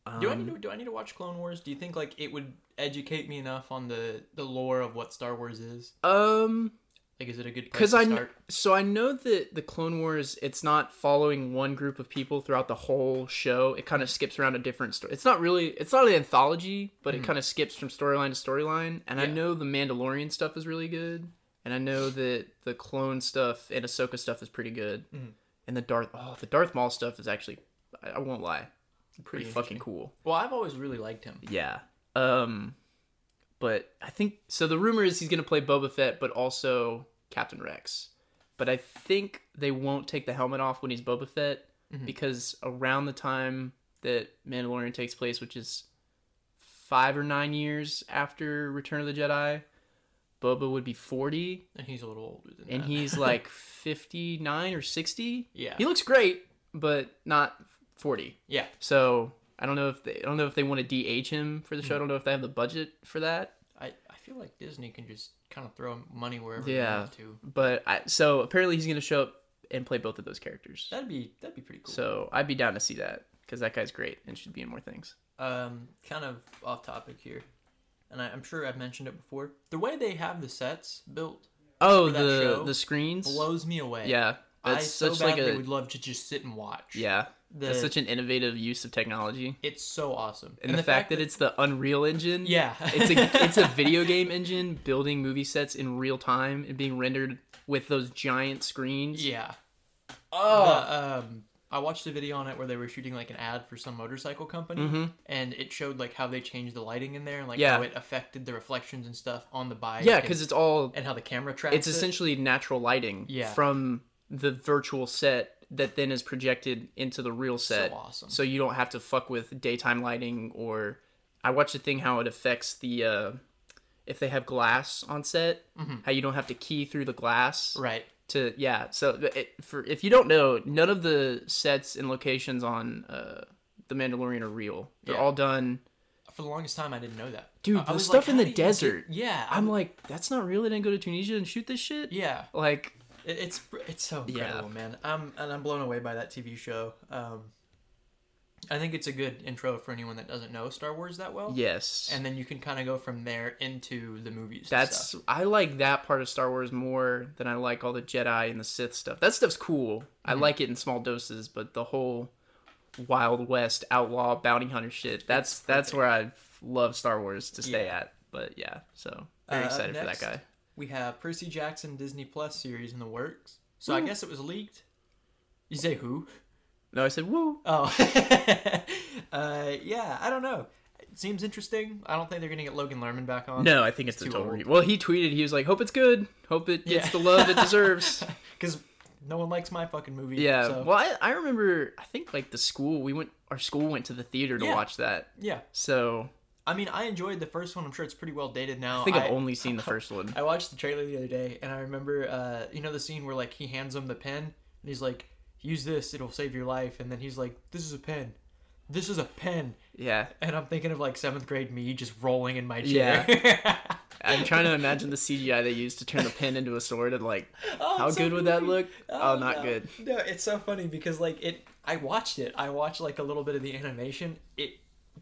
S2: Um,
S1: Mm-hmm. Do I need to do I need to watch Clone Wars? Do you think like it would educate me enough on the the lore of what Star Wars is?
S2: um
S1: Like, is it a good place
S2: because
S1: to
S2: I kn-
S1: start?
S2: so I know that the Clone Wars it's not following one group of people throughout the whole show. It kind of skips around a different story. It's not really it's not an anthology, but it kind of skips from storyline to storyline. And I
S1: Yeah.
S2: know the Mandalorian stuff is really good, and I know that the clone stuff and Ahsoka stuff is pretty good,
S1: Mhm.
S2: and the Darth oh the Darth Maul stuff is actually I, I won't lie pretty, fucking cool.
S1: Well, I've always really liked him.
S2: Yeah. Um, but I think so. The rumor is he's going to play Boba Fett, but also Captain Rex. But I think they won't take the helmet off when he's Boba Fett
S1: Mhm.
S2: because around the time that Mandalorian takes place, which is five or nine years after Return of the Jedi, Boba would be forty,
S1: And he's a little older than
S2: and
S1: that.
S2: he's like fifty nine or sixty.
S1: Yeah.
S2: He looks great, but not forty.
S1: Yeah.
S2: So I don't know if they I don't know if they want to de-age him for the show. I don't know if they have the budget for that.
S1: I, I feel like Disney can just kind of throw money wherever
S2: Yeah.
S1: they want to.
S2: But I, so apparently he's gonna show up and play both of those characters.
S1: That'd be that'd be pretty cool.
S2: So I'd be down to see that because that guy's great and should be in more things.
S1: um, kind of off topic here, and I, I'm sure I've mentioned it before. The way they have the sets built
S2: Oh,
S1: For that
S2: the
S1: show?
S2: the screens.
S1: blows me away.
S2: Yeah, that's
S1: I so
S2: such like
S1: badly
S2: a
S1: would love to just sit and watch.
S2: yeah.
S1: the,
S2: that's such an innovative use of technology.
S1: it's so awesome.
S2: And, the, fact, that, it's the Unreal Engine.
S1: yeah,
S2: It's a it's a video game engine building movie sets in real time and being rendered with those giant screens.
S1: yeah.
S2: Oh,
S1: The, um, I watched a video on it where they were shooting like an ad for some motorcycle company,
S2: Mhm.
S1: and it showed like how they changed the lighting in there and like
S2: Yeah.
S1: how it affected the reflections and stuff on the bike.
S2: yeah,
S1: and-
S2: because it's all
S1: and how the camera tracks.
S2: it's
S1: it.
S2: essentially natural lighting
S1: Yeah.
S2: from the virtual set that then is projected into the real set.
S1: so awesome.
S2: So you don't have to fuck with daytime lighting or I watched a thing how it affects the uh if they have glass on set, how you don't have to key through the glass
S1: right.
S2: to yeah. So it, for if you don't know, none of the sets and locations on uh the Mandalorian are real. They're
S1: Yeah.
S2: all done.
S1: For the longest time, I didn't know that.
S2: Dude,
S1: I- I
S2: the
S1: was
S2: stuff in
S1: how
S2: the
S1: do you do-
S2: desert.
S1: yeah,
S2: I'm like, that's not real. They didn't go to Tunisia and shoot this shit.
S1: yeah.
S2: Like
S1: It- It's it's so
S2: Yeah.
S1: incredible, man. I'm and I'm blown away by that TV show. Um, I think it's a good intro for anyone that doesn't know Star Wars that well.
S2: yes.
S1: And then you can kind of go from there into the movies. and
S2: That's
S1: stuff.
S2: I like that part of Star Wars more than I like all the Jedi and the Sith stuff. That stuff's cool. I
S1: Mm-hmm.
S2: like it in small doses, but the whole Wild West outlaw bounty hunter shit. That's that's where I love Star Wars to stay
S1: Yeah.
S2: at. But yeah, so very
S1: Uh, up
S2: excited for that
S1: next,
S2: guy.
S1: we have Percy Jackson Disney Plus series in the works. So I
S2: Woo.
S1: guess it was leaked. You say who?
S2: No, I said woo.
S1: Oh, uh, yeah. I don't know. It seems interesting. I don't think they're gonna get Logan Lerman back on.
S2: No, I think it's the
S1: Too
S2: total.
S1: old.
S2: re- Well, he tweeted he was like, "Hope it's good. Hope it gets
S1: Yeah.
S2: the love it deserves."
S1: because no one likes my fucking movie.
S2: yeah.
S1: so-
S2: Well, I, I remember. I think like the school we went. Our school went to the theater to
S1: Yeah.
S2: watch that.
S1: yeah.
S2: So
S1: I mean, I enjoyed the first one. I'm sure it's pretty well dated now.
S2: I think I, have only seen the first one.
S1: I watched the trailer the other day, and I remember, uh, you know, the scene where like he hands him the pen, and he's like, "Use this; it'll save your life." And then he's like, "This is a pen. This is a pen."
S2: Yeah.
S1: And I'm thinking of like seventh grade me just rolling in my chair. Yeah.
S2: I'm trying to imagine the CGI they used to turn a pen into a sword and like how good would that look? Oh, not
S1: Oh, no.
S2: good.
S1: No, it's so funny because like it. I watched it. I watched like a little bit of the animation. It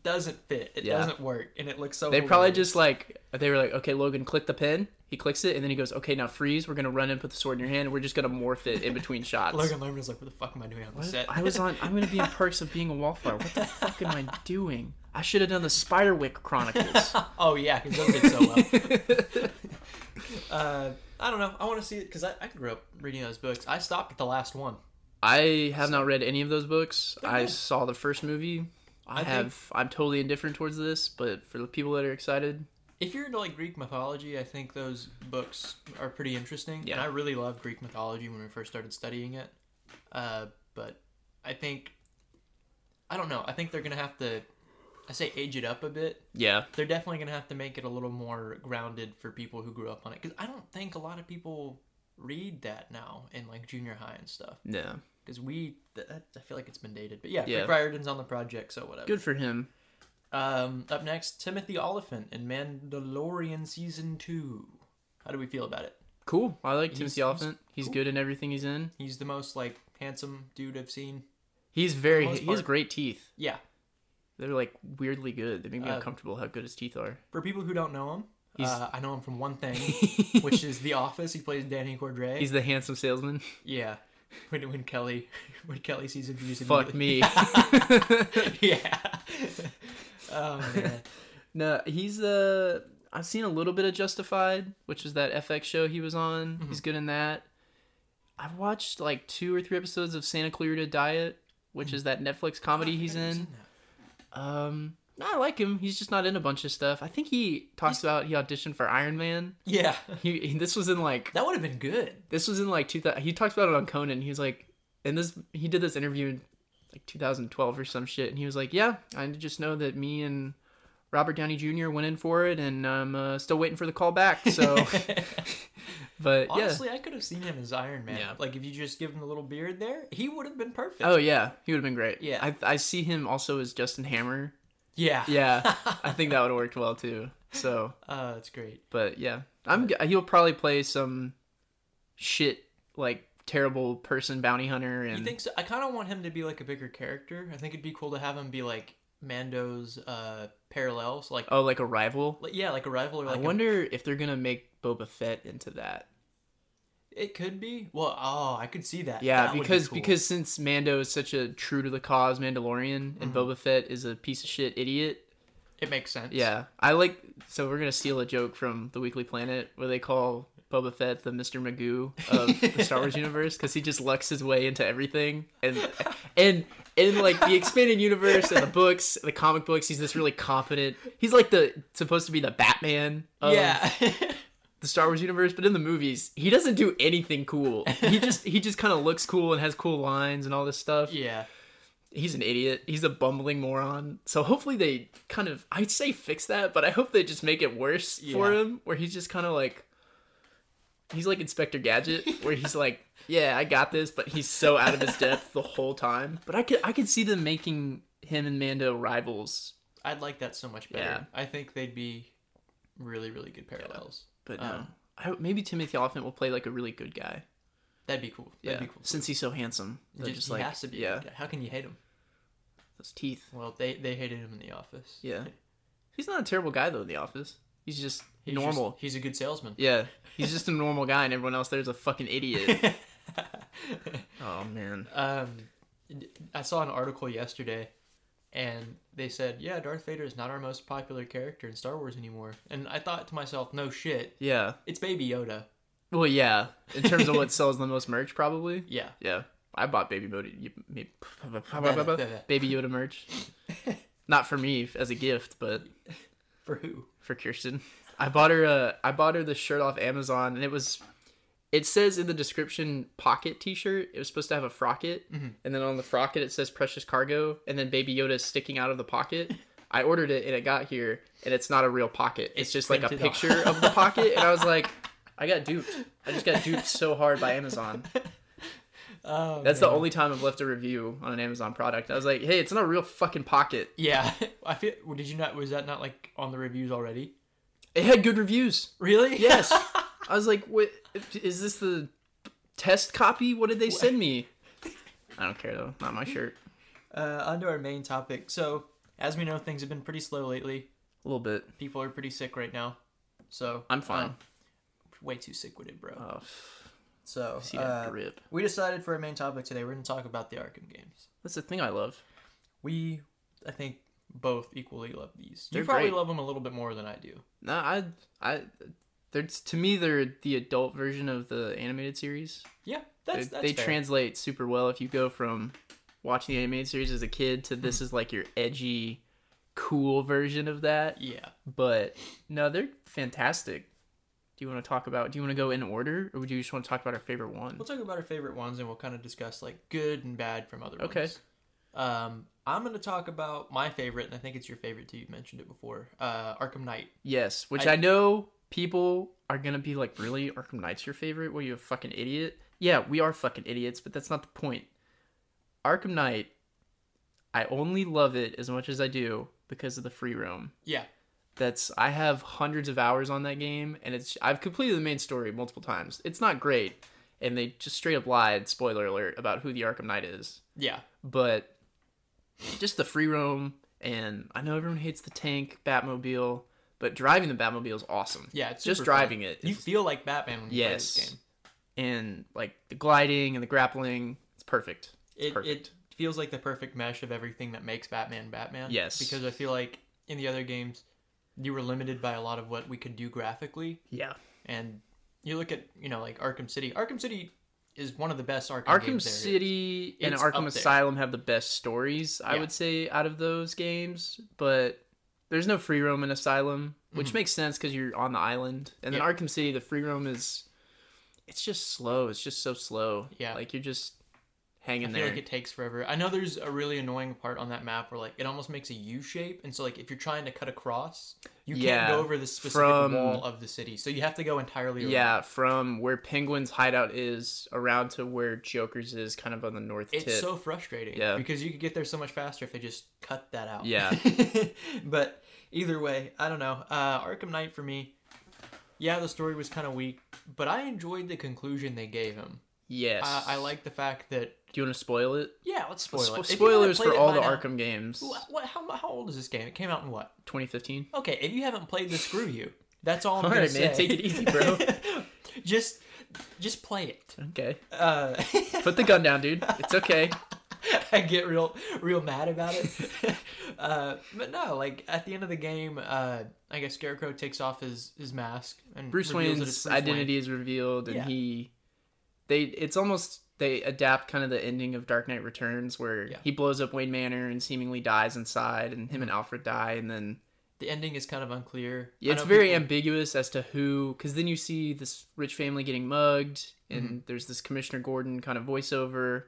S1: doesn't fit. It
S2: Yeah.
S1: doesn't work, and it looks so.
S2: They probably
S1: hilarious.
S2: just like they were like, okay, Logan, click the pin. He clicks it, and then he goes, okay, now freeze. We're gonna run and put the sword in your hand. And we're just gonna morph it in between shots.
S1: Logan Lerman was like, "What the fuck am I doing on the
S2: What?
S1: set?"
S2: I was on. I'm gonna be in perks of being a wallflower. What the fuck am I doing? I should have done the Spiderwick Chronicles.
S1: oh yeah, because those did so well. Uh, I don't know. I want to see it because I, I grew up reading those books. I stopped at the last one.
S2: I have not read any of those books. I
S1: good.
S2: saw the first movie. I,
S1: I think-
S2: have. I'm totally indifferent towards this, but for the people that are excited,
S1: If you're into like Greek mythology, I think those books are pretty interesting. And
S2: Yeah.
S1: I really loved Greek mythology when we first started studying it. Uh, but I think I don't know. I think they're gonna have to. I say age it up a bit.
S2: yeah,
S1: They're definitely gonna have to make it a little more grounded for people who grew up on it because I don't think a lot of people read that now in like junior high and stuff
S2: yeah,
S1: because we that, that- I feel like it's been dated. But yeah,
S2: Yeah.
S1: Rick Riordan's on the project, so whatever.
S2: good for him.
S1: Um, up next, Timothy Oliphant in Mandalorian season two. How do we feel about it?
S2: Cool. I like
S1: He's-
S2: Timothy Oliphant. He's,
S1: cool.
S2: good in everything he's in.
S1: He's the most like handsome dude I've seen.
S2: He's very.
S1: most
S2: He has
S1: part.
S2: great teeth.
S1: Yeah,
S2: They're like weirdly good. They make me
S1: Um,
S2: uncomfortable how good his teeth are.
S1: for people who don't know him,
S2: He's-
S1: uh, I know him from one thing, which is The Office. He plays Danny Cordray.
S2: He's the handsome salesman.
S1: Yeah, when, when Kelly when Kelly sees him, he's
S2: Fuck me.
S1: yeah. oh man.
S2: No, he's uh I've seen a little bit of Justified, which was that FX show he was on.
S1: Mm-hmm.
S2: He's good in that. I've watched like two or three episodes of Santa Clarita Diet,
S1: Mm-hmm.
S2: which is that Netflix comedy he's
S1: I've never
S2: in.
S1: seen that.
S2: Um no, I like him. He's just not in a bunch of stuff. I think he talks about he auditioned for Iron Man.
S1: Yeah,
S2: He, he- this was in like
S1: that would have been good.
S2: this was in like 2000 he talks about it on Conan. He was like and this he did this interview in like 2012 or some shit and he was like, "Yeah, I just know that me and Robert Downey Jr. went in for it and I'm uh, still waiting for the call back." So but
S1: Honestly, I could have seen him as Iron Man.
S2: Yeah.
S1: Like if you just give him the little beard there, he would have been perfect.
S2: yeah. Oh yeah, he would have been great.
S1: Yeah.
S2: I I see him also as Justin Hammer.
S1: yeah,
S2: Yeah. I think that would have worked well too. So,
S1: Oh, that's great.
S2: but yeah. I'm g- he'll probably play some shit like terrible person bounty hunter and
S1: You think so? I kind of want him to be like a bigger character. I think it'd be cool to have him be like Mando's uh parallels, like
S2: oh like a rival.
S1: like- yeah, like a rival or like
S2: I
S1: a-
S2: wonder if they're gonna make Boba Fett into that.
S1: it could be. Well, oh, I could see that.
S2: Yeah,
S1: That would be
S2: because
S1: cool.
S2: because since Mando is such a true to the cause Mandalorian and
S1: Mm-hmm.
S2: Boba Fett is a piece of shit idiot.
S1: it makes sense.
S2: Yeah, I like. So we're gonna steal a joke from the Weekly Planet where they call Boba Fett the Mister Magoo of the Star Wars universe because he just lucks his way into everything and and in like the expanded universe and the books, the comic books, he's this really competent. He's like the supposed to be the Batman. Of,
S1: yeah,
S2: Um, the Star Wars universe, but in the movies, he doesn't do anything cool. He just he just kind of looks cool and has cool lines and all this stuff.
S1: yeah.
S2: He's an idiot. He's a bumbling moron. So hopefully they kind of I'd say fix that, but I hope they just make it worse for
S1: Yeah.
S2: him where he's just kind of like he's like Inspector Gadget where he's like, "Yeah, I got this," but he's so out of his depth the whole time. But I could I could see them making him and Mando rivals,
S1: I'd like that so much better.
S2: Yeah.
S1: I think they'd be really really good parallels.
S2: but no.
S1: Um,
S2: I, maybe Timothy Oliphant will play like a really good guy.
S1: That'd be cool.
S2: Yeah,
S1: That'd be cool.
S2: since he's so handsome,
S1: He
S2: they're
S1: just,
S2: just, like
S1: he has to be.
S2: yeah,
S1: Yeah. How can you hate him?
S2: those teeth.
S1: Well, they they hated him in the office.
S2: Yeah, he's not a terrible guy though. In the office, he's just
S1: He's
S2: normal.
S1: just- he's a good salesman.
S2: Yeah, he's just a normal guy, and everyone else there's a fucking idiot. oh man,
S1: um, I saw an article yesterday, and they said, "Yeah, Darth Vader is not our most popular character in Star Wars anymore." And I thought to myself, "No shit,
S2: yeah.
S1: it's Baby Yoda."
S2: Well, yeah. In terms of what sells the most merch, probably.
S1: Yeah,
S2: Yeah, I bought Baby Yoda, you- me-
S1: Yoda.
S2: Baby Yoda merch. Not for me as a gift, but
S1: for who?
S2: for Kirsten. I bought her uh I bought her the shirt off Amazon and it was it says in the description pocket t-shirt. It was supposed to have a frocket
S1: Mm-hmm.
S2: and then on the frocket it says precious cargo and then baby Yoda is sticking out of the pocket. I ordered it and it got here and it's not a real pocket. It's,
S1: It's
S2: just like a
S1: printed on-
S2: picture of the pocket and I was like I got duped. I just got duped so hard by Amazon.
S1: Oh,
S2: That's the
S1: man.
S2: only time I've left a review on an Amazon product. I was like, "Hey, it's not a real fucking pocket."
S1: Yeah, I feel. well, Did you not? Was that not like on the reviews already?
S2: It had good reviews.
S1: Really?
S2: Yes. I was like, what is this the test copy? What did they send me? I don't care though. Not my shirt.
S1: uh, onto our main topic. So, as we know, things have been pretty slow lately.
S2: A little bit.
S1: People are pretty sick right now, so
S2: I'm fine.
S1: um, way too sick with it, bro.
S2: oh, f-
S1: so
S2: see that
S1: uh,
S2: drip.
S1: we decided for our main topic today, we're going to talk about the Arkham games.
S2: That's the thing I love.
S1: We, I think, both equally love these.
S2: They're
S1: you probably
S2: great.
S1: love them a little bit more than I do.
S2: No, I, I, they're to me they're the adult version of the animated series.
S1: Yeah, that's
S2: they
S1: that's
S2: they
S1: fair.
S2: translate super well if you go from watching the animated series as a kid to
S1: Hmm.
S2: this is like your edgy, cool version of that.
S1: Yeah.
S2: But no, they're fantastic. Do you want to talk about? Do you want to go in order, or do you just want to talk about our favorite one?
S1: We'll talk about our favorite ones, and we'll kind of discuss like good and bad from other
S2: Okay.
S1: ones. Um, I'm gonna talk about my favorite, and I think it's your favorite too. You've mentioned it before. Uh, Arkham Knight.
S2: Yes, which I,
S1: I-
S2: know people are gonna be like, really, Arkham Knight's your favorite? Well, you a fucking idiot. Yeah, we are fucking idiots, but that's not the point. Arkham Knight, I only love it as much as I do because of the free roam.
S1: Yeah,
S2: That's I have hundreds of hours on that game, and it's I've completed the main story multiple times. It's not great, and they just straight up lied. Spoiler alert about who the Arkham Knight is
S1: yeah,
S2: but just the free roam and I know everyone hates the tank Batmobile, but driving the Batmobile is awesome.
S1: yeah. It's
S2: just
S1: super fun.
S2: driving it,
S1: You
S2: is-
S1: feel like Batman when you play this
S2: Yes.
S1: game.
S2: and like the gliding and the grappling, it's perfect.
S1: It
S2: perfect.
S1: it feels like the perfect mesh of everything that makes Batman Batman.
S2: Yes.
S1: because I feel like in the other games, you were limited by a lot of what we could do graphically,
S2: Yeah,
S1: and you look at you know like Arkham City. Arkham City is one of the best Arkham.
S2: Arkham
S1: games there is.
S2: City and
S1: It's up
S2: Arkham
S1: there.
S2: Asylum have the best stories, I
S1: Yeah.
S2: would say, out of those games. But there's no free roam in Asylum, which makes sense because you're on the island. And then
S1: Mm-hmm. Yeah.
S2: Arkham City, the free roam is, it's just slow. It's just so slow.
S1: Yeah.
S2: like you're just
S1: I
S2: hanging
S1: feel
S2: there.
S1: like it takes forever. I know there's a really annoying part on that map where like it almost makes a U shape, and so like if you're trying to cut across, you
S2: Yeah,
S1: can't go over the specific
S2: from-
S1: wall of the city, so you have to go entirely. around.
S2: Yeah, from where Penguin's hideout is around to where Joker's is, kind of on the north
S1: it's
S2: tip.
S1: so frustrating.
S2: Yeah.
S1: because you could get there so much faster if they just cut that out.
S2: Yeah.
S1: but either way, I don't know. Uh, Arkham Knight for me. Yeah, the story was kind of weak, but I enjoyed the conclusion they gave him.
S2: yes,
S1: uh, I, I like the fact that
S2: Do you want to spoil it?
S1: yeah, let's spoil
S2: Spo-
S1: it. If you haven't
S2: Spoilers
S1: played
S2: for
S1: it
S2: all
S1: by
S2: the
S1: now-
S2: Arkham games.
S1: What, what, how, how old is this game? It came out in what?
S2: 2015.
S1: Okay, if you haven't played this, screw you. That's all I'm
S2: All
S1: gonna
S2: right,
S1: say.
S2: man, take it easy, bro.
S1: just, just play it.
S2: Okay,
S1: Uh,
S2: put the gun down, dude. It's okay.
S1: I get real, real mad about it. uh, but no, like at the end of the game, uh, I guess Scarecrow takes off his his mask and
S2: Bruce
S1: reveals
S2: Wayne's
S1: it as Bruce Wayne.
S2: identity is revealed, and
S1: Yeah.
S2: he, they, it's almost they adapt kind of the ending of Dark Knight Returns, where
S1: Yeah. Mm-hmm.
S2: he blows up Wayne Manor and seemingly dies inside, and him and Alfred die, and then
S1: The ending is kind of unclear.
S2: Yeah,
S1: I
S2: it's
S1: know
S2: very
S1: people-
S2: ambiguous as to who, because then you see this rich family getting mugged, and
S1: Mm-hmm.
S2: there's this Commissioner Gordon kind of voiceover,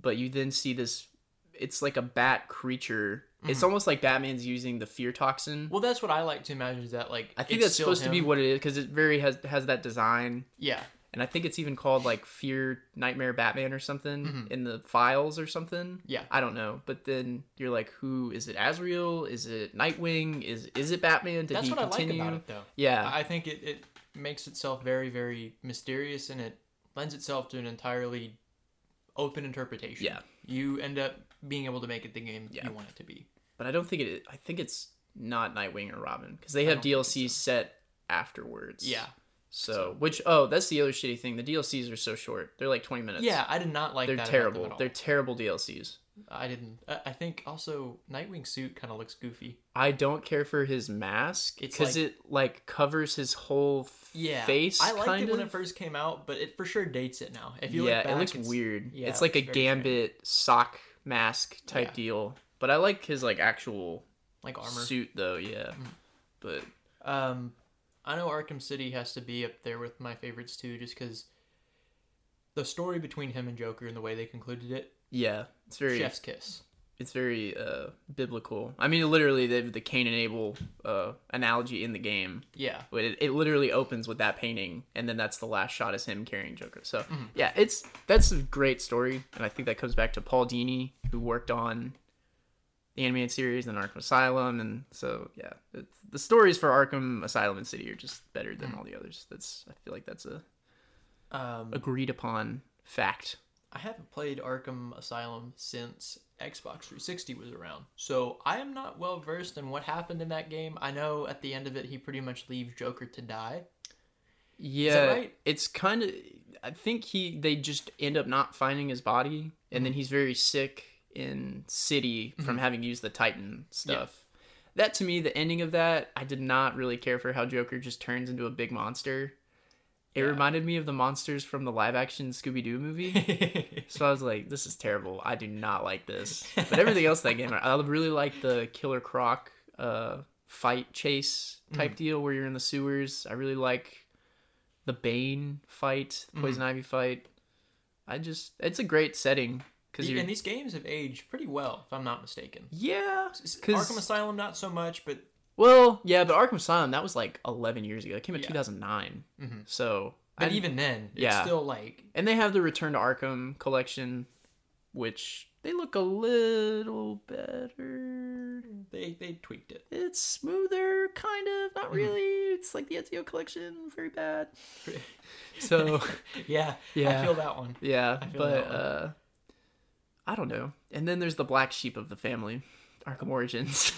S2: but you then see this. It's like a bat creature. It's almost like Batman's using the fear toxin.
S1: Mm-hmm. well, that's what I like to imagine is that like
S2: I think
S1: it's
S2: that's
S1: still
S2: supposed to be
S1: him.
S2: what it is because it very has has that design,
S1: yeah
S2: and I think it's even called like Fear Nightmare Batman or something in the files or something.
S1: Mm-hmm. yeah
S2: I don't know, but then you're like, who is it? Azrael? Is it Nightwing? Is is it Batman? Did
S1: that's
S2: he
S1: what
S2: continue?
S1: I like about it though.
S2: Yeah,
S1: I I think it, it makes itself very, very mysterious and it lends itself to an entirely open interpretation.
S2: Yeah.
S1: You end up being able to make it the game
S2: Yeah.
S1: you want it to be.
S2: but I don't think it. I think it's not Nightwing or Robin because they
S1: I
S2: have
S1: don't think
S2: DLC set afterwards.
S1: Yeah.
S2: So which oh that's the other shitty thing. The DLCs are so short. They're like twenty minutes.
S1: Yeah, I did not like
S2: They're
S1: that. about them
S2: terrible.
S1: at all.
S2: They're terrible DLCs.
S1: I didn't. I I think also Nightwing suit kind of looks goofy.
S2: I don't care for his mask
S1: It's
S2: because
S1: like-
S2: it like covers his whole f-
S1: Yeah.
S2: face.
S1: I liked
S2: kind
S1: it
S2: of.
S1: when it first came out, but it for sure dates it now. If you
S2: yeah,
S1: look back,
S2: it looks
S1: it's-
S2: weird.
S1: yeah,
S2: it's like a
S1: it's very strange.
S2: gambit sock mask type
S1: Yeah.
S2: deal. But I like his like actual
S1: Like armor. Mm.
S2: suit though. Yeah, but
S1: Um, I know Arkham City has to be up there with my favorites too, just because the story between him and Joker and the way they concluded it,
S2: yeah, it's very
S1: chef's kiss.
S2: it's very uh, biblical. I mean, literally, they have the Cain and Abel uh, analogy in the game.
S1: Yeah,
S2: But it, it literally opens with that painting, and then that's the last shot is him carrying Joker. So yeah, it's that's a great story, and I think that comes back to Paul Dini, who worked on the animated series and Arkham Asylum, and so yeah, it's, the stories for Arkham Asylum and City are just better than all the others. That's I feel like that's a
S1: um,
S2: agreed upon fact.
S1: I haven't played Arkham Asylum since Xbox 360 was around. So I am not well versed in what happened in that game. I know at the end of it, he pretty much leaves Joker to die.
S2: Yeah,
S1: right?
S2: it's kind of. I think he they just end up not finding his body, and
S1: Mm-hmm.
S2: then he's very sick in city from having used the Titan stuff. That to me, the ending of that, I did not really care for how Joker just turns into a big monster. It
S1: Yeah.
S2: reminded me of the monsters from the live action Scooby Doo movie. So I was like, this is terrible. I do not like this. But everything else in that game, I really like the Killer Croc uh, fight chase type
S1: Mm.
S2: deal where you're in the sewers. I really like the Bane fight,
S1: Mm.
S2: the Poison Ivy fight. I just, it's a great setting because you're,
S1: and these games have aged pretty well, if I'm not mistaken.
S2: yeah.
S1: Arkham
S2: 'cause-
S1: Asylum, not so much, but
S2: well, yeah, but Arkham Asylum that was like 11 years ago. It came in
S1: Yeah.
S2: 2009.
S1: Mhm.
S2: So,
S1: but
S2: I-
S1: even then, it's
S2: yeah.
S1: still like
S2: and they have the Return to Arkham collection, which they look a little better.
S1: they they tweaked it.
S2: it's smoother, kind of, not really. It's like the Ezio collection, very bad. So
S1: yeah, I
S2: Yeah.
S1: feel that one.
S2: yeah,
S1: feel
S2: but
S1: that one.
S2: uh, I don't know. And then there's the black sheep of the family, Arkham Origins.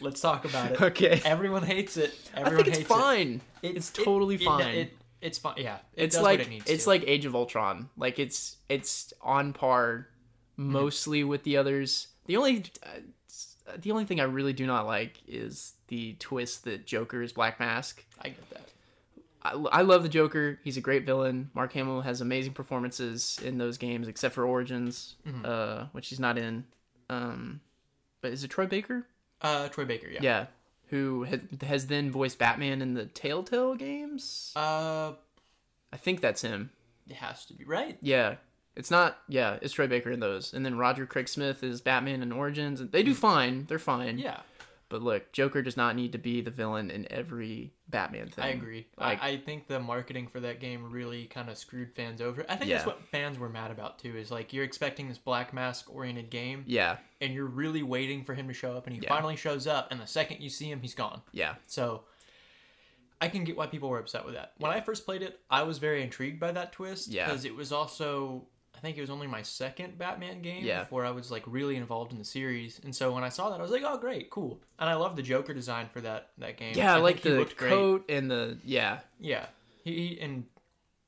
S1: Let's talk about it.
S2: okay,
S1: Everyone hates it.
S2: I
S1: Everyone
S2: think it's
S1: hates it.
S2: fine. It's
S1: it-
S2: totally
S1: it- it-
S2: fine.
S1: it- it's fine. Yeah, it
S2: it's
S1: does
S2: like
S1: what it needs
S2: it's
S1: to.
S2: like Age of Ultron. Like it's it's on par
S1: Mm-hmm.
S2: mostly with the others. The only uh, s- uh, the only thing I really do not like is the twist that Joker is Black Mask.
S1: I get that.
S2: I, I love the Joker. He's a great villain. Mark Hamill has amazing performances in those games, except for Origins,
S1: Mm-hmm.
S2: uh, which he's not in. Um, but is it Troy Baker?
S1: Uh, Troy Baker. Yeah.
S2: Yeah, who has, has then voiced Batman in the Telltale games.
S1: Uh,
S2: I think that's him.
S1: it has to be right.
S2: Yeah, it's not. Yeah, it's Troy Baker in those, and then Roger Craig Smith is Batman in Origins. And they do fine. They're fine.
S1: Mm-hmm. Yeah,
S2: But look, Joker does not need to be the villain in every Batman thing.
S1: I agree.
S2: Like-
S1: I, I think the marketing for that game really kind of screwed fans over. I think that's
S2: Yeah.
S1: what fans were mad about too. Is like you're expecting this Black Mask oriented game,
S2: Yeah,
S1: and you're really waiting for him to show up, and he
S2: Yeah.
S1: finally shows up, and the second you see him, he's gone.
S2: yeah,
S1: So I can get why people were upset with that. When I first played it, I was very intrigued by that twist
S2: Yeah.
S1: because it was also I think it was only my second Batman game
S2: Yeah.
S1: before I was like really involved in the series. And so when I saw that, I was like, "Oh, great, cool!" And I love the Joker design for that that game.
S2: yeah. I
S1: think
S2: like
S1: he
S2: the
S1: looked great.
S2: coat and the yeah.
S1: Yeah, he, he and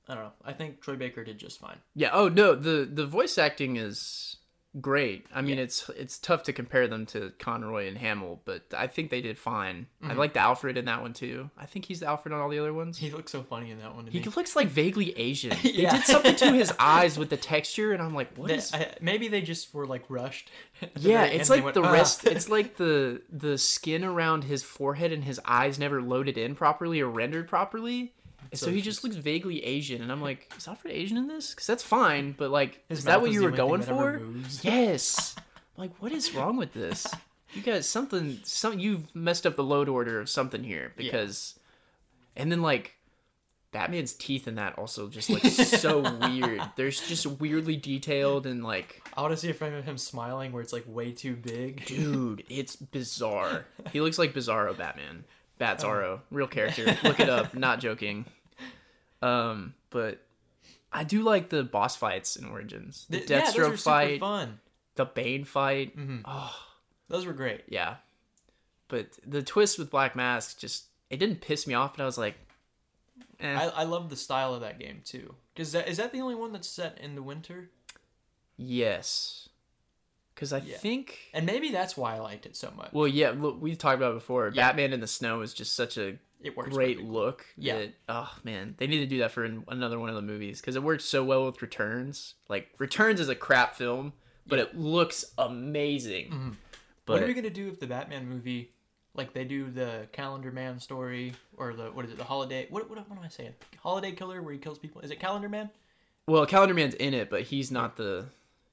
S1: I don't know. I think Troy Baker did just fine.
S2: Yeah. Oh no the the voice acting is great. I mean, it's it's tough to compare them to Conroy and Hamill, but I think they did fine. I like the Alfred in that one too. I think he's the Alfred on all the other ones.
S1: He looked so funny in that one. To
S2: He
S1: me.
S2: looks like vaguely Asian.
S1: Yeah.
S2: They did something to his eyes with the texture, and I'm like, what
S1: They-
S2: is?
S1: I- maybe they just were like rushed. at the
S2: yeah,
S1: very end.
S2: it's
S1: They
S2: like
S1: went,
S2: the
S1: "Ah."
S2: rest. It's like the the skin around his forehead and his eyes never loaded in properly or rendered properly. And so he just looks vaguely Asian, and I'm like, is Alfred Asian in this? Because that's fine, but like,
S1: His
S2: is
S1: mouth
S2: that what
S1: is
S2: you
S1: the
S2: were
S1: only
S2: going
S1: thing that ever
S2: for?
S1: moves.
S2: Yes. like, what is wrong with this? You guys, something, some you've messed up the load order of something here because, and then like, Batman's teeth in that also just like so weird. There's just weirdly detailed and like,
S1: I want to see a frame of him smiling where it's like way too big.
S2: dude, it's bizarre. He looks like Bizarro Batman. Bat
S1: Oh.
S2: Zorro, real character. Look it up. Not joking. Um, but I do like the boss fights in Origins. The
S1: Th- yeah, those
S2: Deathstroke
S1: were super
S2: fight,
S1: fun.
S2: the Bane fight.
S1: Mm-hmm. Those were great.
S2: Yeah. But the twist with Black Mask just it didn't piss me off, but I was like, eh.
S1: I, I love the style of that game too. Because that, is that the only one that's set in the winter?
S2: yes, because I
S1: Yeah.
S2: think.
S1: And maybe that's why I liked it so much.
S2: Well, yeah, look, we talked about it before. Batman in the snow is just such a
S1: It works.
S2: great
S1: perfect.
S2: look.
S1: Yeah.
S2: that- oh man, they need to do that for an- another one of the movies because it works so well with Returns. Like Returns is a crap film, but it looks amazing. But
S1: Mm-hmm. What are we gonna do if the Batman movie, like they do the Calendar Man story or the what is it, the Holiday? What what, what am I saying? Holiday Killer, where he kills people. Is it Calendar Man?
S2: well, Calendar Man's in it, but he's not the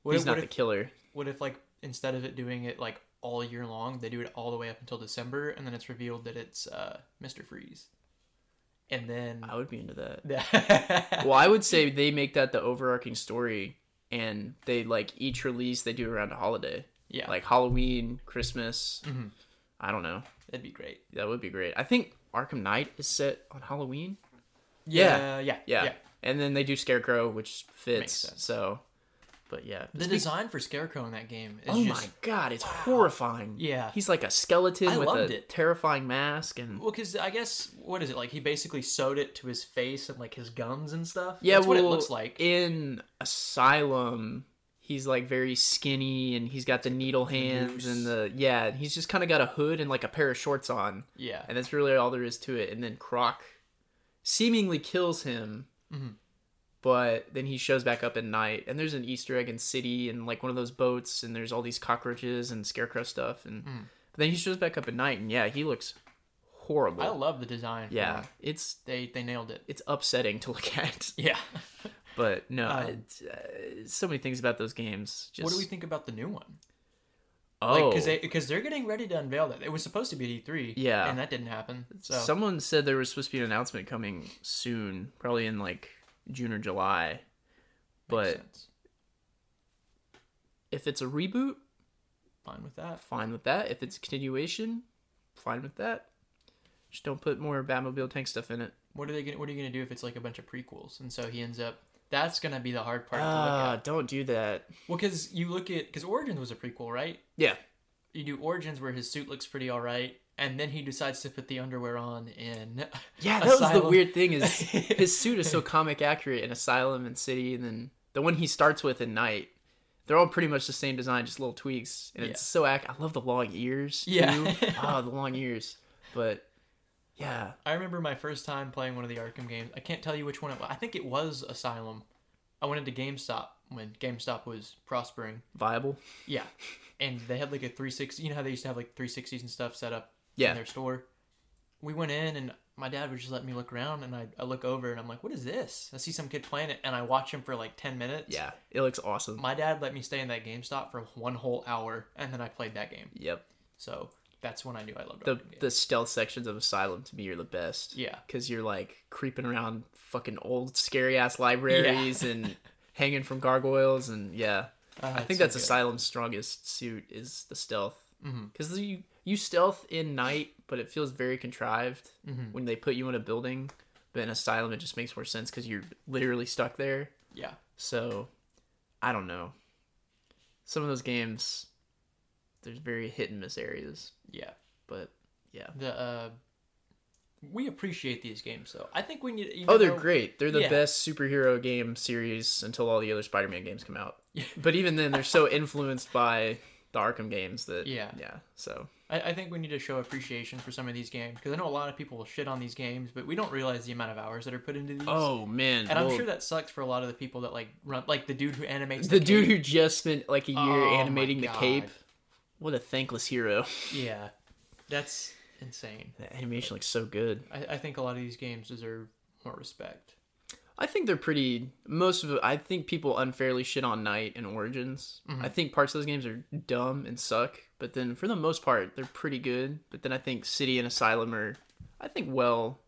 S1: What
S2: he's
S1: if,
S2: not
S1: what
S2: the
S1: if,
S2: killer.
S1: what if like instead of it doing it like all year long, they do it all the way up until December, and then it's revealed that it's uh, Mister Freeze, and then.
S2: I would be into that.
S1: yeah,
S2: well, I would say they make that the overarching story, and they like each release they do around a holiday, like Halloween, Christmas.
S1: Mm-hmm.
S2: I don't know.
S1: that'd be great.
S2: That would be great. I think Arkham Knight is set on Halloween.
S1: Yeah, yeah,
S2: Yeah. And then they do Scarecrow, which fits.
S1: sense.
S2: So, But yeah,
S1: The
S2: speak-
S1: design for Scarecrow in that game is
S2: Oh
S1: just
S2: my god, it's horrifying.
S1: Yeah.
S2: he's like a skeleton
S1: I
S2: with
S1: loved
S2: a
S1: it.
S2: terrifying mask, and
S1: Well, because I guess what is it like? He basically sewed it to his face and like his gums and stuff.
S2: yeah,
S1: that's what it
S2: well,
S1: looks like.
S2: in Asylum. He's like very skinny, and he's got the needle hands, and the yeah, and he's just kind of got a hood and like a pair of shorts on,
S1: yeah,
S2: and that's really all there is to it. And then Croc seemingly kills him,
S1: Mhm.
S2: but then he shows back up at night, and there's an Easter egg in City, and like one of those boats, and there's all these cockroaches and scarecrow stuff, and
S1: Mm.
S2: but then he shows back up at night, and yeah, he looks horrible.
S1: I love the design. for
S2: yeah,
S1: that.
S2: it's
S1: they they nailed it.
S2: it's upsetting to look at,
S1: Yeah.
S2: but no,
S1: Um,
S2: it's, uh, so many things about those games. Just,
S1: what do we think about the new one?
S2: Oh,
S1: because they because they're getting ready to unveil that. It was supposed to be at E3.
S2: Yeah.
S1: and that didn't happen. So
S2: Someone said there was supposed to be an announcement coming soon, probably in like June or July.
S1: makes
S2: But
S1: sense.
S2: if it's a reboot,
S1: fine with that.
S2: fine with that. If it's a continuation, fine with that. Just don't put more Batmobile tank stuff in it.
S1: What are they? Gonna, what are you gonna do if it's like a bunch of prequels? And so he ends up. That's gonna be the hard part. to look
S2: Ah,
S1: at.
S2: don't do that.
S1: Well, because you look at because Origins was a prequel, right?
S2: Yeah.
S1: you do Origins where his suit looks pretty all right, and then he decides to put the underwear on in.
S2: Yeah, that was the
S1: Asylum.
S2: weird thing is his suit is so comic accurate in Asylum and City, and then the one he starts with in Night. They're all pretty much the same design, just little tweaks, and it's so ac- I love the long ears.
S1: Yeah.
S2: too. oh, the long ears. But yeah,
S1: I remember my first time playing one of the Arkham games. I can't tell you which one it was. I think it was Asylum. I went into GameStop when GameStop was prospering.
S2: viable.
S1: Yeah, and they had like a 360. You know how they used to have like 360s and stuff set up
S2: Yeah.
S1: in their store. We went in and my dad would just let me look around, and I, I look over and I'm like, "What is this?" I see some kid playing it, and I watch him for like 10 minutes.
S2: Yeah, it looks awesome.
S1: My dad let me stay in that GameStop for one whole hour, and then I played that game.
S2: Yep.
S1: So that's when I knew I loved
S2: The
S1: Arkham games.
S2: the stealth sections of Asylum to me are the best.
S1: Oh, Yeah.
S2: because you're like creeping around fucking old scary ass libraries and hanging from gargoyles and yeah
S1: Uh,
S2: i
S1: it's
S2: think
S1: so
S2: that's
S1: good.
S2: asylum's strongest suit is the stealth
S1: Mhm.
S2: because you you stealth in night but it feels very contrived
S1: Mhm.
S2: when they put you in a building but in asylum it just makes more sense because you're literally stuck there
S1: Yeah.
S2: so i don't know some of those games there's very hit and miss areas
S1: Yeah.
S2: but yeah
S1: The uh we appreciate these games though. I think we need you
S2: Oh, they're
S1: know-
S2: great. They're the
S1: yeah.
S2: best superhero game series until all the other Spider-Man games come out.
S1: Yeah.
S2: But even then, they're so influenced by the Arkham games that
S1: Yeah.
S2: yeah. So
S1: I, I think we need to show appreciation for some of these games because I know a lot of people will shit on these games, but we don't realize the amount of hours that are put into these.
S2: oh man,
S1: and I'm
S2: well,
S1: sure that sucks for a lot of the people that like run like the dude who animates
S2: the
S1: the,
S2: dude
S1: cape.
S2: who just spent like a year
S1: Oh, my
S2: animating the
S1: God.
S2: cape, what a thankless hero.
S1: yeah, that's insane.
S2: That animation looks so good.
S1: I, I think a lot of these games deserve more respect.
S2: I think they're pretty. Most of it, I think people unfairly shit on Night and Origins.
S1: Mm-hmm.
S2: I think parts of those games are dumb and suck, but then for the most part, they're pretty good. But then I think City and Asylum are, I think, well,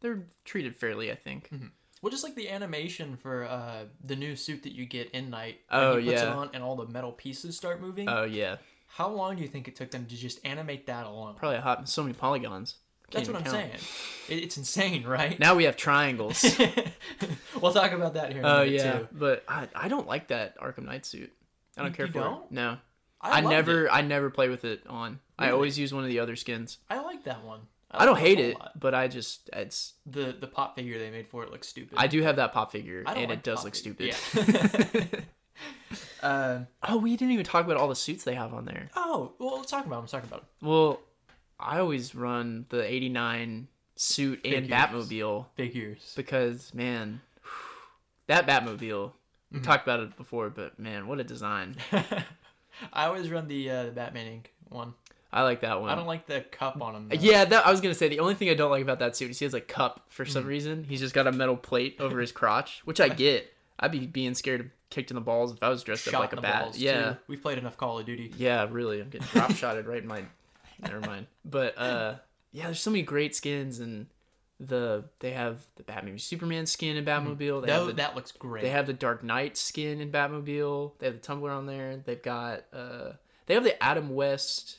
S2: they're treated fairly. I think.
S1: Hmm. Well, just like the animation for uh, the new suit that you get in Night.
S2: Oh,
S1: when he puts
S2: yeah.
S1: it on and all the metal pieces start moving.
S2: Oh yeah,
S1: How long do you think it took them to just animate that alone?
S2: probably a hot. So many polygons. Can't
S1: That's
S2: even
S1: what I'm
S2: count.
S1: saying. It, it's insane, right?
S2: Now we have triangles.
S1: we'll talk about that here. in a
S2: Oh
S1: minute,
S2: yeah,
S1: too.
S2: but I, I don't like that Arkham Knight suit. I don't
S1: You-
S2: care
S1: you
S2: for
S1: don't?
S2: it. No,
S1: I,
S2: I,
S1: loved
S2: never
S1: it.
S2: I never play with it on. I
S1: Really?
S2: always use one of the other skins.
S1: I like that one.
S2: I don't
S1: like
S2: hate
S1: a whole
S2: it,
S1: lot.
S2: but I just it's
S1: The the pop figure they made for it looks stupid.
S2: I do have that pop figure,
S1: I don't
S2: and
S1: like
S2: it does
S1: pop
S2: look
S1: fig-
S2: stupid.
S1: Yeah. uh,
S2: oh, we didn't even talk about all the suits they have on there.
S1: oh well, let's talk about. Them. Let's talk about. Them.
S2: Well, I always run the '89 suit and
S1: Figures.
S2: Batmobile
S1: Figures.
S2: because, man, that Batmobile.
S1: Mm-hmm.
S2: We talked about it before, but man, what a design!
S1: I always run the uh, the Batman Inc. one.
S2: I like that one.
S1: I don't like the cup on him. though.
S2: Oh. yeah, that, I was gonna say the only thing I don't like about that suit is he has a cup for some
S1: Mm.
S2: reason. He's just got a metal plate over his crotch, which I get. I'd be being scared of kicked in the balls if I was dressed
S1: shot
S2: up like
S1: in
S2: a
S1: the
S2: bat.
S1: balls.
S2: yeah,
S1: too. we've played enough Call of Duty.
S2: Yeah, really. I'm getting drop shotted right in my. Never mind. But uh, yeah, there's so many great skins, and the they have the Batman v Superman skin in Batmobile. They, have
S1: Mm. That,
S2: the,
S1: that looks great.
S2: they have the Dark Knight skin in Batmobile. They have the Tumbler on there. They've got uh, they have the Adam West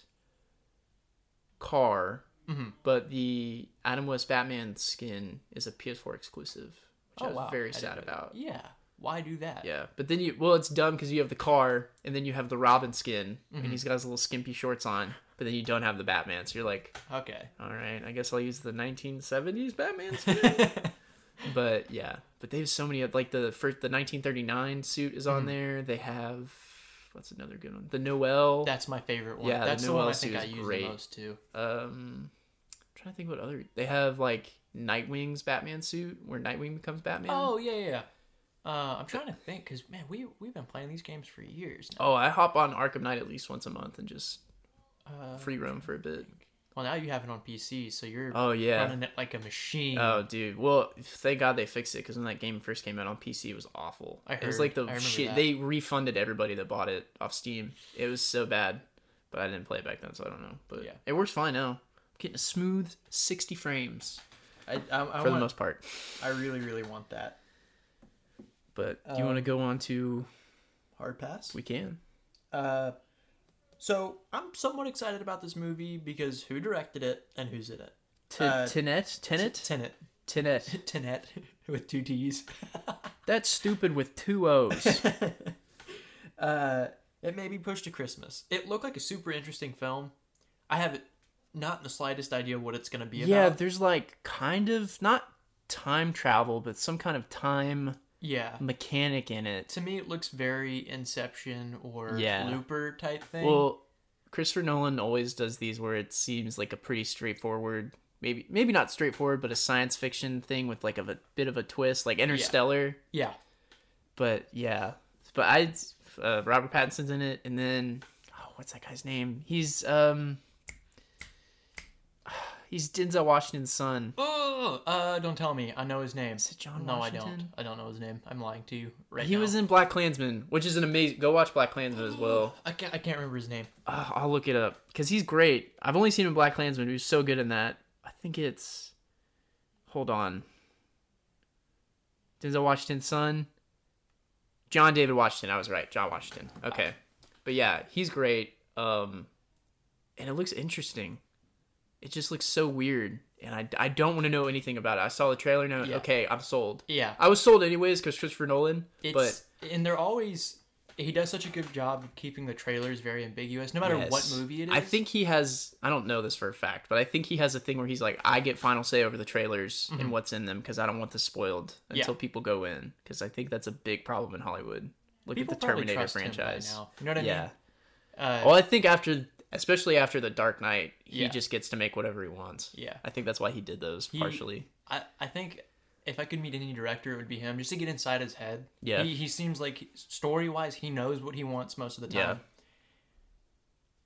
S2: car,
S1: Mhm.
S2: but the Adam West Batman skin is a PS4 exclusive, which I was very
S1: Oh, didn't
S2: sad
S1: know that.
S2: about.
S1: Yeah, Why do that?
S2: Yeah, but then you well, it's dumb because you have the car, and then you have the Robin skin,
S1: Mhm.
S2: and he's got his little skimpy shorts on, but then you don't have the Batman. So you're like,
S1: Okay.
S2: all right, I guess I'll use the 1970s Batman skin.
S1: yeah.
S2: but yeah, but they have so many like the first the 1939 suit is on
S1: Mhm.
S2: there. They have what's another good one? The Noel.
S1: That's my favorite one.
S2: Yeah, the
S1: That's the, one I
S2: Noel
S1: think
S2: suit
S1: I
S2: is
S1: use
S2: great.
S1: the most too.
S2: um, I'm trying to think what other they have like Nightwing's Batman suit where Nightwing becomes Batman.
S1: Oh yeah, yeah. yeah. Uh, I'm trying to think because man, we we've been playing these games for years.
S2: Oh, I hop on Arkham Knight at least once a month and just
S1: Uh,
S2: free roam for a bit.
S1: well, now you have it on PC, so you're
S2: Oh yeah.
S1: running it like a machine.
S2: Oh dude. Well, thank God they fixed it because when that game first came out on PC, it was awful.
S1: I
S2: it was
S1: heard.
S2: like
S1: I
S2: the
S1: remember
S2: shit.
S1: that.
S2: They refunded everybody that bought it off Steam. It was so bad, but I didn't play it back then, so I don't know. But
S1: Yeah.
S2: it works fine now. I'm getting a smooth sixty frames
S1: I I, I,
S2: for
S1: want,
S2: the most part.
S1: I really really want that
S2: But do you want to
S1: Um,
S2: go on to?
S1: hard pass.
S2: We can.
S1: Uh, so I'm somewhat excited about this movie because who directed it and who's in it?
S2: T-
S1: Uh,
S2: Tenet. Tenet.
S1: Tenet.
S2: Tenet.
S1: Tenet with two T's.
S2: That's stupid with two O's.
S1: uh, it may be pushed to Christmas. It looked like a super interesting film. I have not the slightest idea what it's going to be
S2: yeah,
S1: about.
S2: there's like kind of not time travel, but some kind of time
S1: Yeah.
S2: mechanic in it.
S1: To me, it looks very Inception or
S2: Yeah.
S1: Looper type thing.
S2: Well, Christopher Nolan always does these where it seems like a pretty straightforward, maybe maybe not straightforward, but a science fiction thing with like of a bit of a twist, like Interstellar.
S1: yeah.
S2: But yeah, but I uh, Robert Pattinson's in it, and then oh, what's that guy's name? He's um, he's Denzel Washington's son.
S1: Oh, uh, don't tell me. I know his name.
S2: Is it John
S1: No, I
S2: Washington?
S1: don't. I don't know his name. I'm lying to you right
S2: He
S1: now.
S2: was in Black Klansman, which is an amazing. Go watch Black Klansman as well.
S1: I can't. I can't remember his name.
S2: Uh, I'll look it up because he's great. I've only seen him in Black Klansman. He was so good in that. I think it's. Hold on. Denzel Washington's son. John David Washington. I was right. John Washington. Okay, but yeah, he's great. Um, and it looks interesting. It just looks so weird, and I, I don't want to know anything about it. I saw the trailer and I went,
S1: Yeah.
S2: okay, I'm sold.
S1: Yeah.
S2: I was sold anyways because Christopher Nolan.
S1: It's
S2: but
S1: and they're always. He does such a good job of keeping the trailers very ambiguous, no matter what
S2: Yes.
S1: movie it is.
S2: I think he has. I don't know this for a fact, but I think he has a thing where he's like, I get final say over the trailers and what's in them because I don't want this spoiled
S1: Mm-hmm. Yeah.
S2: until people go in because I think that's a big problem in Hollywood. Look
S1: people
S2: at the
S1: probably
S2: Terminator
S1: trust him by
S2: franchise.
S1: now. You know what I
S2: yeah.
S1: mean? Uh,
S2: Well, I think after, especially after the Dark Knight, he
S1: Yeah.
S2: just gets to make whatever he wants.
S1: yeah.
S2: I think that's why he did those partially.
S1: I, I think if I could meet any director, it would be him, just to get inside his head.
S2: Yeah.
S1: He, he seems like story wise, he knows what he wants most of the time.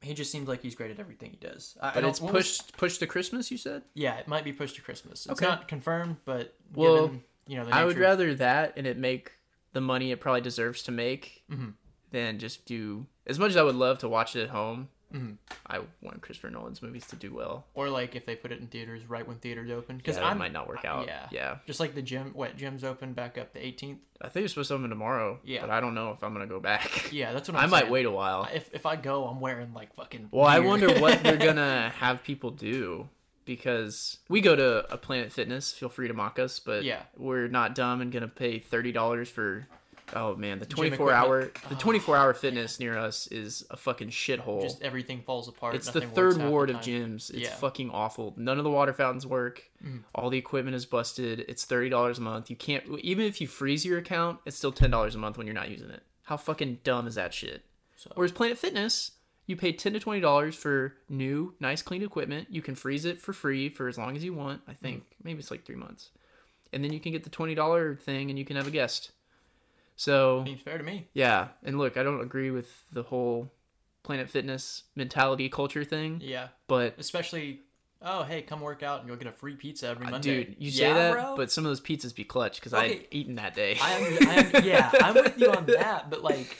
S1: He just seems like he's great at everything he does. I, I
S2: But
S1: don't-
S2: it's
S1: what was-
S2: pushed pushed to Christmas. You said.
S1: yeah, it might be pushed to Christmas. It's
S2: Okay.
S1: not confirmed, but
S2: Well,
S1: given, you know, the
S2: I would
S1: nature of-
S2: rather that and it make the money it probably deserves to make
S1: Mhm.
S2: than just do. As much as I would love to watch it at home,
S1: Mhm.
S2: I want Christopher Nolan's movies to do well.
S1: or like if they put it in theaters right when theaters open, because
S2: Yeah,
S1: I'm
S2: it might not work out.
S1: yeah.
S2: Yeah.
S1: just like the gym. What gym's open back up the 18th?
S2: I think it's supposed to open tomorrow.
S1: Yeah.
S2: but I don't know if I'm gonna go back.
S1: Yeah, that's what I'm
S2: I might
S1: saying.
S2: wait a while.
S1: If if I go, I'm wearing like fucking.
S2: Well, I
S1: gear.
S2: wonder what they're gonna have people do because we go to a Planet Fitness. Feel free to mock us, but
S1: Yeah.
S2: we're not dumb and gonna pay thirty dollars for. Oh man, the twenty
S1: Gym
S2: four hour
S1: equipment.
S2: the
S1: Oh,
S2: twenty four hour fitness near us is a fucking shithole.
S1: just everything falls apart.
S2: it's the
S1: nothing works
S2: third
S1: half the
S2: ward of
S1: time.
S2: gyms. It's
S1: Yeah.
S2: fucking awful. None of the water fountains work.
S1: Mm.
S2: All the equipment is busted. It's thirty dollars a month. You can't even if you freeze your account, it's still ten dollars a month when you're not using it. How fucking dumb is that shit?
S1: So-
S2: Whereas Planet Fitness, you pay ten to twenty dollars for new, nice, clean equipment. You can freeze it for free for as long as you want. I think
S1: Mm.
S2: maybe it's like three months, and then you can get the twenty dollar thing, and you can have a guest. So
S1: Seems fair to me.
S2: yeah, and look, I don't agree with the whole Planet Fitness mentality culture thing,
S1: Yeah,
S2: but
S1: especially. Oh, hey, come work out and you'll get a free pizza every Monday.
S2: dude, you say
S1: Yeah,
S2: that,
S1: bro?
S2: but some of those pizzas be clutch because I
S1: Okay.
S2: had eaten that day.
S1: I, am, I am, yeah, I'm with you on that. But like,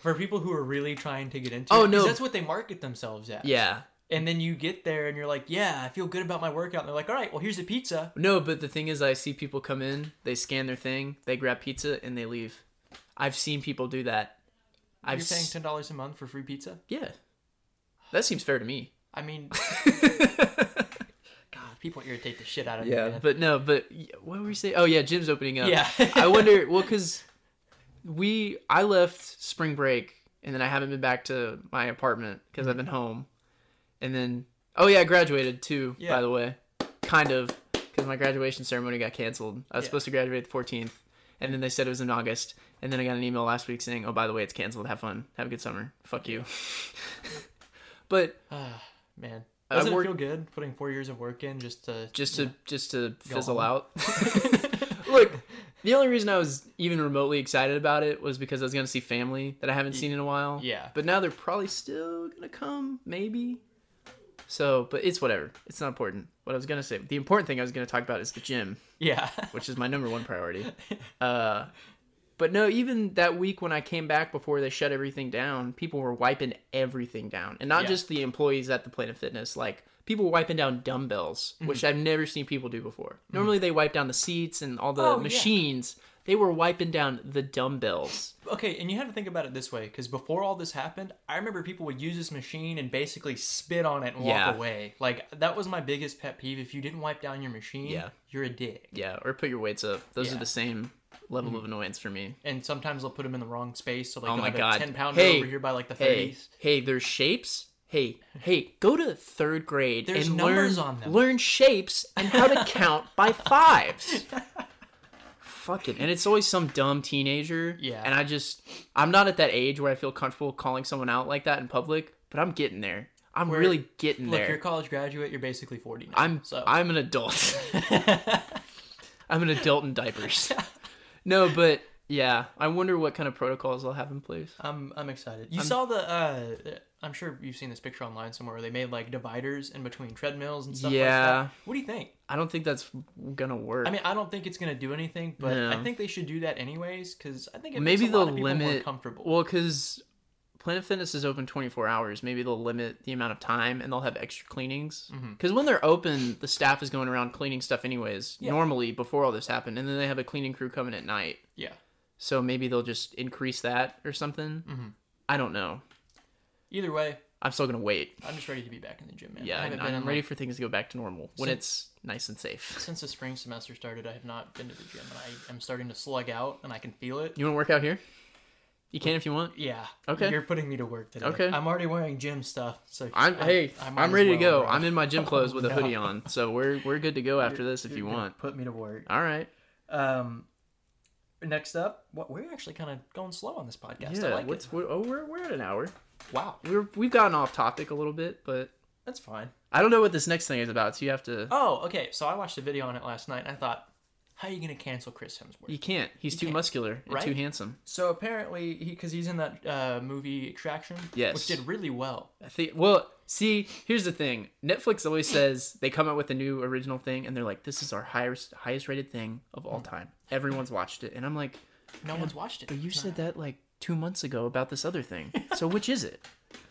S1: for people who are really trying to get into, it,
S2: Oh,
S1: 'cause
S2: no.
S1: that's what they market themselves at.
S2: yeah,
S1: and then you get there and you're like, yeah, I feel good about my workout. And they're like, all right, well, here's a pizza.
S2: no, but the thing is, I see people come in, they scan their thing, they grab pizza, and they leave. I've seen people do that. I've
S1: You're paying
S2: s-
S1: ten dollars a month for free pizza.
S2: yeah, that seems fair to me.
S1: I mean, God, people irritate the shit out of me.
S2: yeah,
S1: man.
S2: but no, but y- what were we saying? Oh yeah, gym's opening up.
S1: Yeah.
S2: I wonder. Well, because we I left spring break and then I haven't been back to my apartment because
S1: Mm-hmm.
S2: I've been home. And then oh yeah, I graduated too.
S1: Yeah.
S2: By the way, kind of because my graduation ceremony got canceled. I was
S1: Yeah.
S2: supposed to graduate the fourteenth, and then they said it was in August. And then I got an email last week saying, "Oh, by the way, it's canceled. Have fun. Have a good summer. Fuck you." but
S1: Ah, man.
S2: I
S1: Doesn't
S2: work-
S1: it feel good putting four years of work in just to
S2: just to just to fizzle
S1: home.
S2: out. Look, the only reason I was even remotely excited about it was because I was going to see family that I haven't seen in a while.
S1: yeah.
S2: But now they're probably still gonna come, maybe. So, but it's whatever. It's not important. What I was gonna say, the important thing I was gonna talk about is the gym,
S1: yeah.
S2: which is my number one priority. Uh, but no, even that week when I came back before they shut everything down, people were wiping everything down, and not
S1: Yeah.
S2: just the employees at the Planet Fitness. Like people were wiping down dumbbells,
S1: Mm-hmm.
S2: which I've never seen people do before. Normally they wipe down the seats and all the
S1: Oh, yeah.
S2: machines. They were wiping down the dumbbells.
S1: okay, and you have to think about it this way because before all this happened, I remember people would use this machine and basically spit on it and
S2: Yeah.
S1: walk away. Like that was my biggest pet peeve. If you didn't wipe down your machine,
S2: Yeah.
S1: you're a dick.
S2: Yeah, or put your weights up. Those are
S1: Yeah. Mm-hmm.
S2: the same level of annoyance for me.
S1: And sometimes they'll put them in the wrong space, so like,
S2: Oh
S1: you'll
S2: my
S1: have
S2: God.
S1: a ten pounder
S2: Hey,
S1: over here by like the
S2: Hey,
S1: thirties.
S2: hey, there's shapes. Hey, hey, go to third grade
S1: There's
S2: and
S1: numbers
S2: learn
S1: on them.
S2: learn shapes and how to count by fives. Fuck it. And it's always some dumb teenager.
S1: Yeah.
S2: And I just I'm not at that age where I feel comfortable calling someone out like that in public, but I'm getting there. I'm
S1: We're-
S2: really getting
S1: Look,
S2: there.
S1: you're a college graduate. You're basically forty now.
S2: I'm
S1: so
S2: I'm an adult. I'm an adult in diapers. no, but yeah, I wonder what kind of protocols I'll have in place.
S1: I'm I'm excited. You saw the uh I'm sure you've seen this picture online somewhere where they made like dividers in between treadmills and stuff
S2: Yeah.
S1: like that. What do you think?
S2: I don't think that's gonna work.
S1: I mean, I don't think it's going to do anything, but
S2: No.
S1: I think they should do that anyways cuz I think it
S2: maybe
S1: makes a
S2: they'll
S1: lot of people more
S2: limit.
S1: comfortable.
S2: Well, because Planet Fitness is open 24 hours. Maybe they'll limit the amount of time and they'll have extra cleanings.
S1: Mm-hmm.
S2: Because when they're open, the staff is going around cleaning stuff anyways.
S1: Yeah.
S2: Normally before all this happened, and then they have a cleaning crew coming at night.
S1: yeah.
S2: So maybe they'll just increase that or something.
S1: Mm-hmm.
S2: I don't know.
S1: Either way,
S2: I'm still gonna wait.
S1: I'm just ready to be back in the gym, man.
S2: Yeah,
S1: I
S2: and
S1: haven't been
S2: I'm
S1: in
S2: ready
S1: like,
S2: for things to go back to normal when
S1: So-
S2: it's nice and safe.
S1: since the spring semester started, I have not been to the gym and I am starting to slug out and I can feel it.
S2: You want to work out here? You can if you want.
S1: Yeah.
S2: Okay.
S1: You're putting me to work today.
S2: Okay.
S1: I'm already wearing gym stuff, so
S2: I'm
S1: I-
S2: hey,
S1: I
S2: I'm
S1: might as
S2: ready to
S1: well,
S2: go.
S1: bro.
S2: I'm in my gym clothes with a
S1: No.
S2: hoodie on, so we're we're good to go after
S1: You're-
S2: this if
S1: you're
S2: you
S1: gonna
S2: want.
S1: Put me to work.
S2: All right.
S1: Um, next up, what we're actually kind of going slow on this podcast. I
S2: Yeah.
S1: like
S2: what's
S1: it.
S2: we oh we're we're at an hour.
S1: Wow,
S2: We're we've gotten off topic a little bit, but
S1: that's fine.
S2: I don't know what this next thing is about. So you have to.
S1: Oh, okay. So I watched a video on it last night, and I thought, how are you going to cancel Chris Hemsworth?
S2: You can't. He's too
S1: can't,
S2: muscular and
S1: right?
S2: too handsome.
S1: So apparently, he because he's in that uh, movie Attraction,
S2: Yes.
S1: which did really well.
S2: I think. Well, see, here's the thing. Netflix always says they come out with a new original thing, and they're like, "This is our highest highest rated thing of
S1: Mm.
S2: all time. Everyone's watched it." And I'm like,
S1: No one's watched it.
S2: "But you
S1: It's
S2: said that like two months ago about this other thing. So which is it?"
S1: not-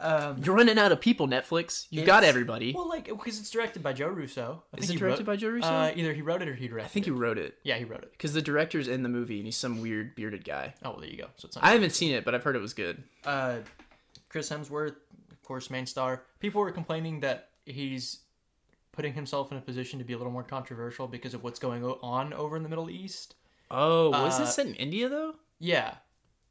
S1: um,
S2: You're running out of people, Netflix. You got
S1: It's-
S2: everybody.
S1: well, like because it's directed by Joe Russo. I
S2: is
S1: think
S2: it
S1: he
S2: directed by
S1: wrote-
S2: Joe Russo?
S1: Uh, either he wrote it or he directed.
S2: I think he wrote it
S1: Yeah, he wrote it.
S2: because the director's in the movie and he's some weird bearded guy.
S1: Oh, well, there you go. So it's not.
S2: I haven't seen it, but I've heard it was good.
S1: uh, Chris Hemsworth, of course, main star. People were complaining that he's putting himself in a position to be a little more controversial because of what's going o- on over in the Middle East.
S2: Oh, was
S1: Uh,
S2: this set in India though?
S1: Yeah.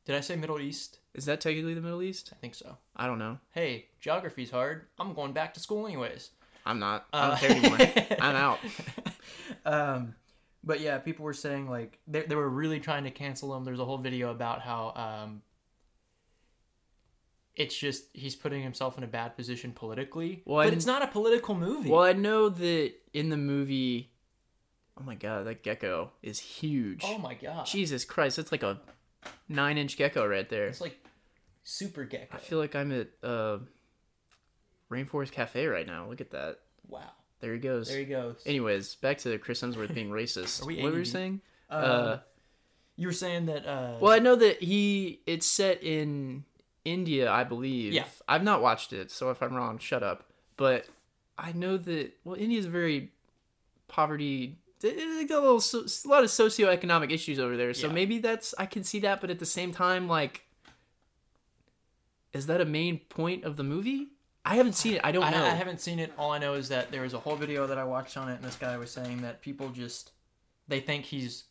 S1: Did I say Middle East?
S2: Is that technically the Middle East?
S1: I think so.
S2: I don't know.
S1: Hey, geography's hard. I'm going back to school anyways.
S2: I'm not. I don't
S1: Uh,
S2: care anymore. I'm out.
S1: Um, but yeah, people were saying like they, they were really trying to cancel him. There's a whole video about how um, it's just he's putting himself in a bad position politically.
S2: Well,
S1: but
S2: and-
S1: it's not a political movie.
S2: Well, I know that in the movie. Oh my god, that gecko is huge.
S1: Oh my god.
S2: Jesus Christ, that's like a nine-inch gecko right there.
S1: It's like super gecko.
S2: I feel like I'm at uh, Rainforest Cafe right now. Look at that.
S1: Wow.
S2: There he goes.
S1: There he goes.
S2: Anyways, back to Chris Hemsworth being racist.
S1: Are we
S2: what were you
S1: ADD?
S2: saying?
S1: Uh,
S2: uh,
S1: you were saying that uh
S2: well, I know that he it's set in India, I believe.
S1: Yeah.
S2: I've not watched it, so if I'm wrong, shut up. But I know that well, India's very poverty. they- They got a little, so- a lot of socioeconomic issues over there, so
S1: Yeah.
S2: maybe that's I can see that. But at the same time, like, is that a main point of the movie? I haven't seen it. I don't
S1: I,
S2: know.
S1: I haven't seen it. All I know is that there was a whole video that I watched on it and this guy was saying that people just they think he's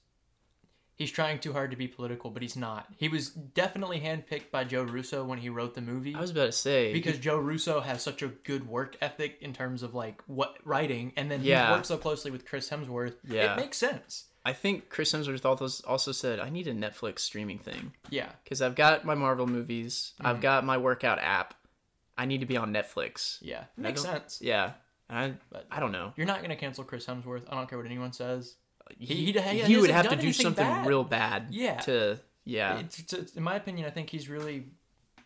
S1: He's trying too hard to be political, but he's not. He was definitely handpicked by Joe Russo when he wrote the movie
S2: I was about to say
S1: because Joe Russo has such a good work ethic in terms of like what writing, and then
S2: Yeah.
S1: he worked so closely with Chris Hemsworth.
S2: Yeah.
S1: it makes sense.
S2: I think Chris Hemsworth also- also said I need a Netflix streaming thing
S1: Yeah,
S2: because I've got my Marvel movies, I've
S1: Mm.
S2: got my workout app, I need to be on Netflix.
S1: yeah,
S2: And I
S1: makes
S2: don't-
S1: sense.
S2: Yeah, and I
S1: But-
S2: I don't know.
S1: You're not gonna cancel Chris Hemsworth. I don't care what anyone says. He-
S2: He,
S1: he- he
S2: he would
S1: hasn't
S2: have to
S1: done
S2: do
S1: anything
S2: something
S1: bad.
S2: real bad.
S1: Yeah.
S2: To yeah.
S1: It's, it's- it's- in my opinion, I think he's really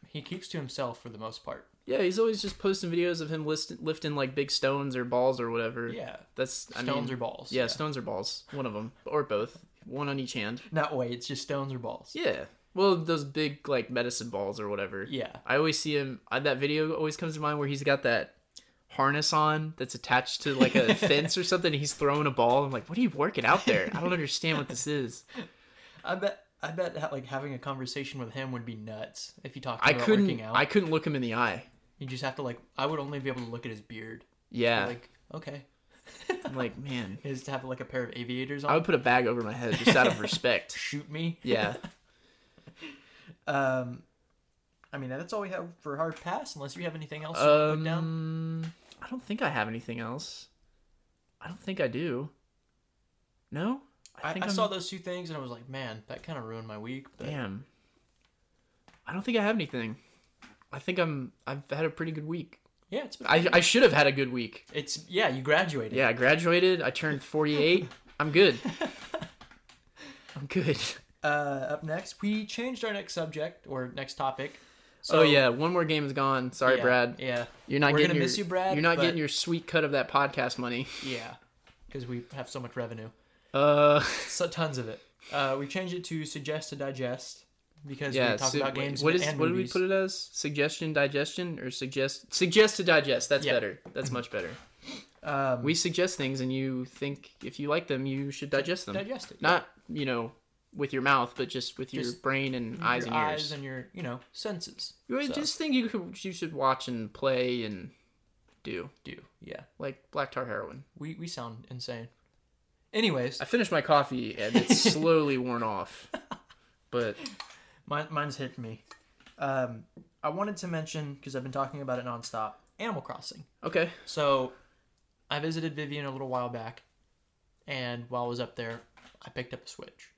S1: he keeps to himself for the most part.
S2: yeah, he's always just posting videos of him list, lifting like big stones or balls or whatever.
S1: Yeah,
S2: That's I
S1: stones
S2: mean,
S1: or balls.
S2: yeah, stones or balls, one of them or both, one on each hand.
S1: not weights, just stones or balls.
S2: Yeah. Well, those big like medicine balls or whatever.
S1: Yeah.
S2: I always see him. I, that video always comes to mind where he's got that harness on that's attached to like a fence or something. And he's throwing a ball. I'm like, what are you working out there? I don't understand what this is.
S1: I bet I bet ha- like having a conversation with him would be nuts if you talked
S2: I
S1: about
S2: couldn't.
S1: working out.
S2: I couldn't look him in the eye.
S1: You just have to like I would only be able to look at his beard.
S2: Yeah.
S1: Like okay,
S2: I'm like, man,
S1: is to have like a pair of aviators on.
S2: I would put a bag over my head just out of respect.
S1: shoot me.
S2: Yeah.
S1: Um, I mean that's all we have for hard pass. Unless you have anything else you want to put down.
S2: Um, I don't think I have anything else. I don't think I do. No.
S1: I, I
S2: I'm-
S1: saw those two things and I was like, man, that kind of ruined my week. But
S2: Damn. I don't think I have anything. I think I'm. I've had a pretty good week.
S1: yeah, it's been,
S2: I, I should have had a good week.
S1: it's yeah, you graduated.
S2: Yeah, I graduated. I turned 48. I'm good. I'm good.
S1: Uh, up next, we changed our next subject or next topic. So
S2: oh yeah, one more game is gone. Sorry,
S1: yeah,
S2: Brad.
S1: Yeah,
S2: You're not
S1: We're
S2: getting
S1: gonna
S2: your,
S1: miss you, Brad,
S2: You're not
S1: but-
S2: getting your sweet cut of that podcast money.
S1: yeah, because we have so much revenue.
S2: Uh,
S1: So tons of it. Uh, we changed it to suggest to digest because
S2: yeah.
S1: we talk
S2: so
S1: about games
S2: what is
S1: and
S2: what did we
S1: movies.
S2: put it as? Suggestion, digestion, or suggest suggest to digest? That's
S1: Yeah.
S2: better. That's much better.
S1: Um,
S2: We suggest things, and you think if you like them, you should digest them.
S1: digest it.
S2: Not you know with your mouth, but just with your
S1: Just
S2: brain and eyes
S1: your
S2: and ears.
S1: eyes and your you know senses
S2: You would
S1: So-
S2: just think you could, you should watch and play and do
S1: do. Yeah,
S2: like Black Tar Heroin.
S1: we we sound insane. Anyways,
S2: I finished my coffee and it's slowly worn off, but
S1: mine, mine's hit me. Um, I wanted to mention because I've been talking about it nonstop. Animal Crossing.
S2: okay.
S1: So, I visited Vivian a little while back, and while I was up there, I picked up a Switch.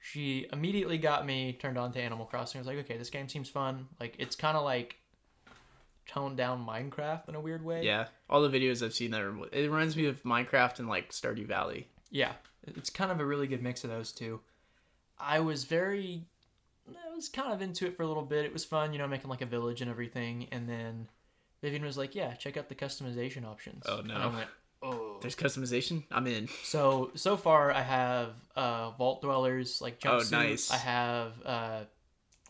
S1: She immediately got me turned on to Animal Crossing. I was like, okay, this game seems fun. Like, it's kind of like toned down Minecraft in a weird way.
S2: Yeah, all the videos I've seen that are, it reminds me of Minecraft and like Stardew Valley.
S1: Yeah, it's kind of a really good mix of those two. I was very, I was kind of into it for a little bit. It was fun, you know, making like a village and everything. And then Vivian was like, "Yeah, check out the customization options."
S2: Oh, no.
S1: And I went, "Oh."
S2: There's customization. I'm in.
S1: So so far, I have uh, vault dwellers like
S2: Oh,
S1: jumpsuit.
S2: nice.
S1: I have uh,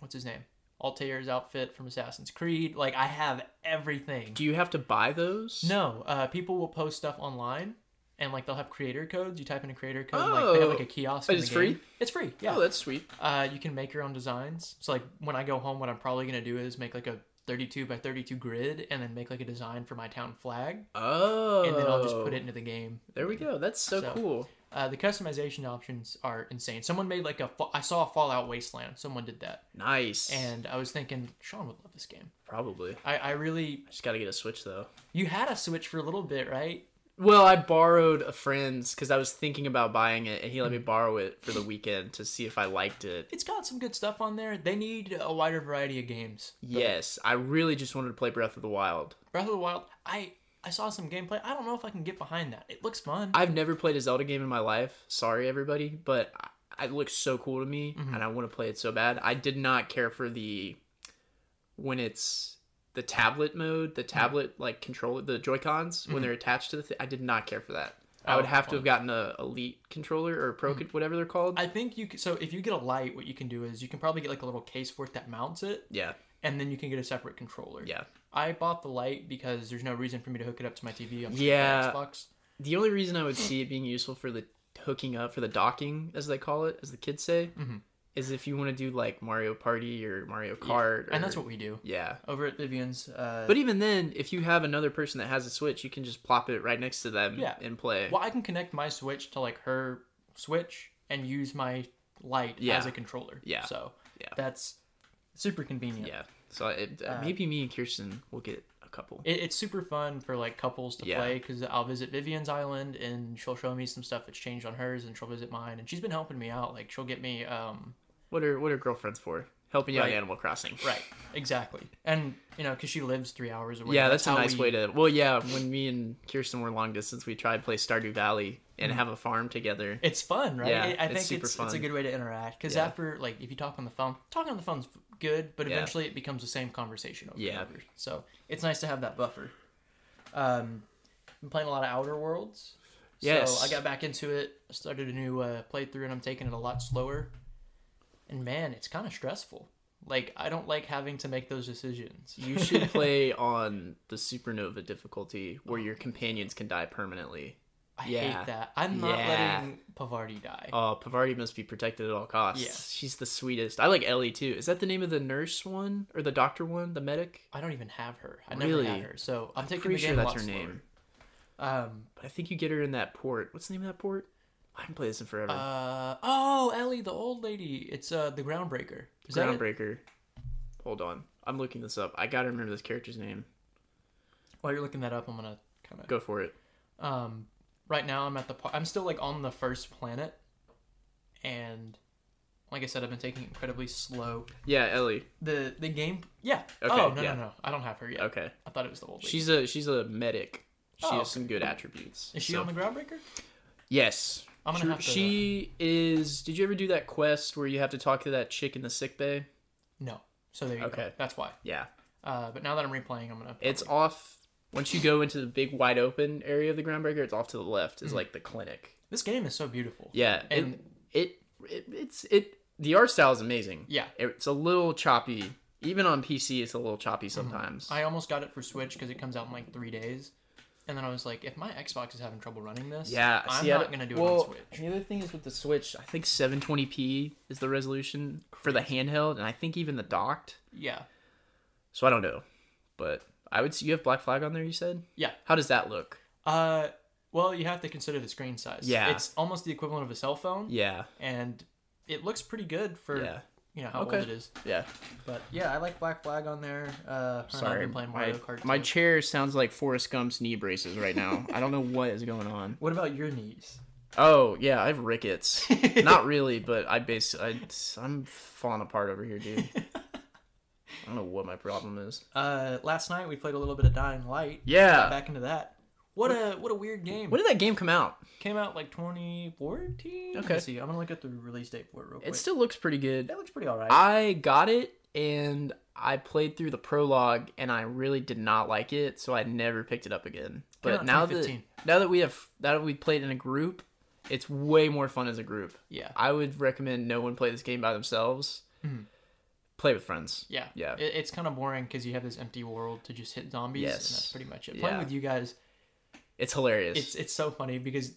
S1: what's his name, Altair's outfit from Assassin's Creed. Like I have everything.
S2: Do you have to buy those?
S1: No, uh, people will post stuff online, and like they'll have creator codes. You type in a creator code, and, like they have like
S2: Oh.
S1: a kiosk.
S2: But
S1: in the
S2: it's
S1: game.
S2: free?
S1: It's free.
S2: Oh,
S1: Yeah.
S2: that's sweet.
S1: uh, you can make your own designs. So like when I go home, what I'm probably gonna do is make like a 32 by 32 grid, and then make like a design for my town flag,
S2: Oh.
S1: and then I'll just put it into the game.
S2: There we go. That's so,
S1: So-
S2: cool.
S1: Uh, the customization options are insane. Someone made like a. fa- I saw a Fallout Wasteland. Someone did that,
S2: Nice.
S1: and I was thinking Sean would love this game.
S2: probably.
S1: I, I really.
S2: I just gotta get a Switch though.
S1: You had a Switch for a little bit, right?
S2: Well, I borrowed a friend's because I was thinking about buying it, and he let me borrow it for the weekend to see if I liked it.
S1: It's got some good stuff on there. They need a wider variety of games. but-
S2: Yes, I really just wanted to play Breath of the Wild.
S1: Breath of the Wild. I I saw some gameplay. I don't know if I can get behind that. It looks fun.
S2: I've never played a Zelda game in my life. Sorry, everybody, but I- it looks so cool to me,
S1: Mm-hmm.
S2: and I want to play it so bad. I did not care for the when it's the tablet mode, the tablet
S1: Mm-hmm.
S2: like controller, the Joy Cons when they're attached to the. thing. I did not care for that. I
S1: Oh,
S2: would have to
S1: fun.
S2: have gotten a elite controller or a pro, con- whatever they're called.
S1: I think you c so if you get a light, what you can do is you can probably get like a little case for it that mounts it,
S2: yeah,
S1: and then you can get a separate controller.
S2: yeah.
S1: I bought the light because there's no reason for me to hook it up to my TV. I'm
S2: Yeah.
S1: Xbox.
S2: The only reason I would see it being useful for the hooking up, for the docking, as they call it, as the kids say,
S1: Mm-hmm.
S2: is if you want to do like Mario Party or Mario Kart.
S1: and
S2: or-
S1: that's what we do
S2: Yeah.
S1: over at Vivian's. Uh,
S2: But even then, if you have another person that has a Switch, you can just plop it right next to them
S1: Yeah.
S2: and play.
S1: well, I can connect my Switch to like her Switch, and use my light
S2: Yeah.
S1: as a controller.
S2: Yeah.
S1: So
S2: Yeah.
S1: that's super convenient.
S2: Yeah. So it, uh,
S1: Uh,
S2: maybe me and Kirsten will get a couple.
S1: It, it's super fun for like couples to
S2: Yeah.
S1: play because I'll visit Vivian's island and she'll show me some stuff that's changed on hers and she'll visit mine and she's been helping me out. Like she'll get me um
S2: What are what are girlfriends for? Helping you out
S1: Right.
S2: in Animal Crossing.
S1: right exactly and you know because she lives three hours away.
S2: Yeah, that's, a nice
S1: we,
S2: way to. Well, yeah, when me and Kirsten were long distance, we tried to play Stardew Valley and
S1: Mm-hmm.
S2: have a farm together.
S1: It's fun, right?
S2: Yeah,
S1: I- I
S2: it's
S1: think it's,
S2: super
S1: it's, a
S2: fun.
S1: good way to interact because
S2: Yeah.
S1: after like if you talk on the phone, talking on the phone's good, but
S2: Yeah.
S1: eventually it becomes the same conversation over
S2: Yeah.
S1: and over. So it's nice to have that buffer. Um, been playing a lot of Outer Worlds.
S2: Yes.
S1: So I got back into it. I started a new uh, playthrough and I'm taking it a lot slower. And man, it's kind of stressful. Like I don't like having to make those decisions.
S2: You should play on the supernova difficulty where your companions can die permanently.
S1: I
S2: yeah.
S1: hate that. I'm not
S2: Yeah.
S1: letting Pavardi die.
S2: Oh, Pavardi must be protected at all costs.
S1: Yeah.
S2: She's the sweetest. I like Ellie too. Is that the name of the nurse one or the doctor one, the medic?
S1: I don't even have her. I never
S2: Really?
S1: had her. So I'm, taking
S2: Pretty
S1: the game
S2: sure
S1: a
S2: that's
S1: lot
S2: her
S1: slower.
S2: name.
S1: Um,
S2: But I think you get her in that port. What's the name of that port? I haven't played this in forever.
S1: Uh oh, Ellie, the old lady. It's uh the groundbreaker. Is that it?
S2: Groundbreaker. Hold on. I'm looking this up. I gotta remember this character's name.
S1: While you're looking that up, I'm gonna kind
S2: Go for it.
S1: of. Um, right now I'm at the. par- I'm still like on the first planet, and like I said, I've been taking it incredibly slow.
S2: Yeah, Ellie.
S1: The the game. Yeah.
S2: Okay,
S1: oh no
S2: yeah.
S1: no no! I don't have her yet.
S2: Okay.
S1: I thought it was the old lady.
S2: She's a she's a medic. She
S1: Oh,
S2: has some good attributes.
S1: Is she
S2: So-
S1: on the groundbreaker?
S2: Yes.
S1: I'm gonna
S2: She-
S1: have to- uh,
S2: She is. Did you ever do that quest where you have to talk to that chick in the sick bay?
S1: No. So there you go.
S2: Okay.
S1: That's why.
S2: Yeah.
S1: Uh, but now that I'm replaying, I'm gonna.
S2: It's off. Once you go into the big wide open area of the groundbreaker, it's off to the left. Is like the clinic.
S1: This game is so beautiful.
S2: Yeah. And
S1: Hmm. And-
S2: it, it it's it the art style is amazing.
S1: Yeah.
S2: It's a little choppy. Even on PC, it's a little choppy sometimes.
S1: Mm-hmm. I almost got it for Switch because it comes out in like three days, and then I was like, if my Xbox is having trouble running this,
S2: Yeah,
S1: I'm
S2: see, I
S1: not
S2: don't-
S1: gonna do
S2: well,
S1: it on Switch.
S2: The other thing is with the Switch, I think 720p is the resolution for the handheld, and I think even the docked.
S1: Yeah,
S2: So I don't know, but I would. s- You have Black Flag on there, you said.
S1: Yeah.
S2: How does that look?
S1: Uh, well, you have to consider the screen size.
S2: Yeah.
S1: it's almost the equivalent of a cell phone,
S2: Yeah,
S1: and it looks pretty good for
S2: Yeah.
S1: you know how
S2: Okay.
S1: old it is.
S2: yeah.
S1: But yeah, I like Black Flag on there. Uh, her and I've
S2: Sorry,
S1: been playing
S2: my
S1: Mario Kart.
S2: my
S1: too.
S2: chair sounds like Forrest Gump's knee braces right now. I don't know what is going on.
S1: what about your knees?
S2: Oh yeah, I have rickets. Not really, but I base I I'm falling apart over here, dude. I don't know what my problem is.
S1: Uh, last night we played a little bit of Dying Light. Got
S2: Yeah.
S1: Back into that. What a what a weird game.
S2: When did that game come out?
S1: Came out like 2014.
S2: Okay.
S1: Let's see, I'm gonna look at the release date for it real quick.
S2: It still looks pretty good.
S1: that looks pretty alright.
S2: I got it and I played through the prologue and I really did not like it, so I never picked it up again.
S1: Came out
S2: But
S1: in
S2: now that
S1: 2015.
S2: now that we have now that we played in a group, it's way more fun as a group.
S1: yeah.
S2: I would recommend no one play this game by themselves.
S1: Mhm.
S2: Play with friends.
S1: Yeah.
S2: Yeah.
S1: It, it's kind of boring because you have this empty world to just hit zombies. And
S2: Yes.
S1: that's pretty much it.
S2: Yeah.
S1: Playing with you guys,
S2: It's hilarious.
S1: it's it's so funny because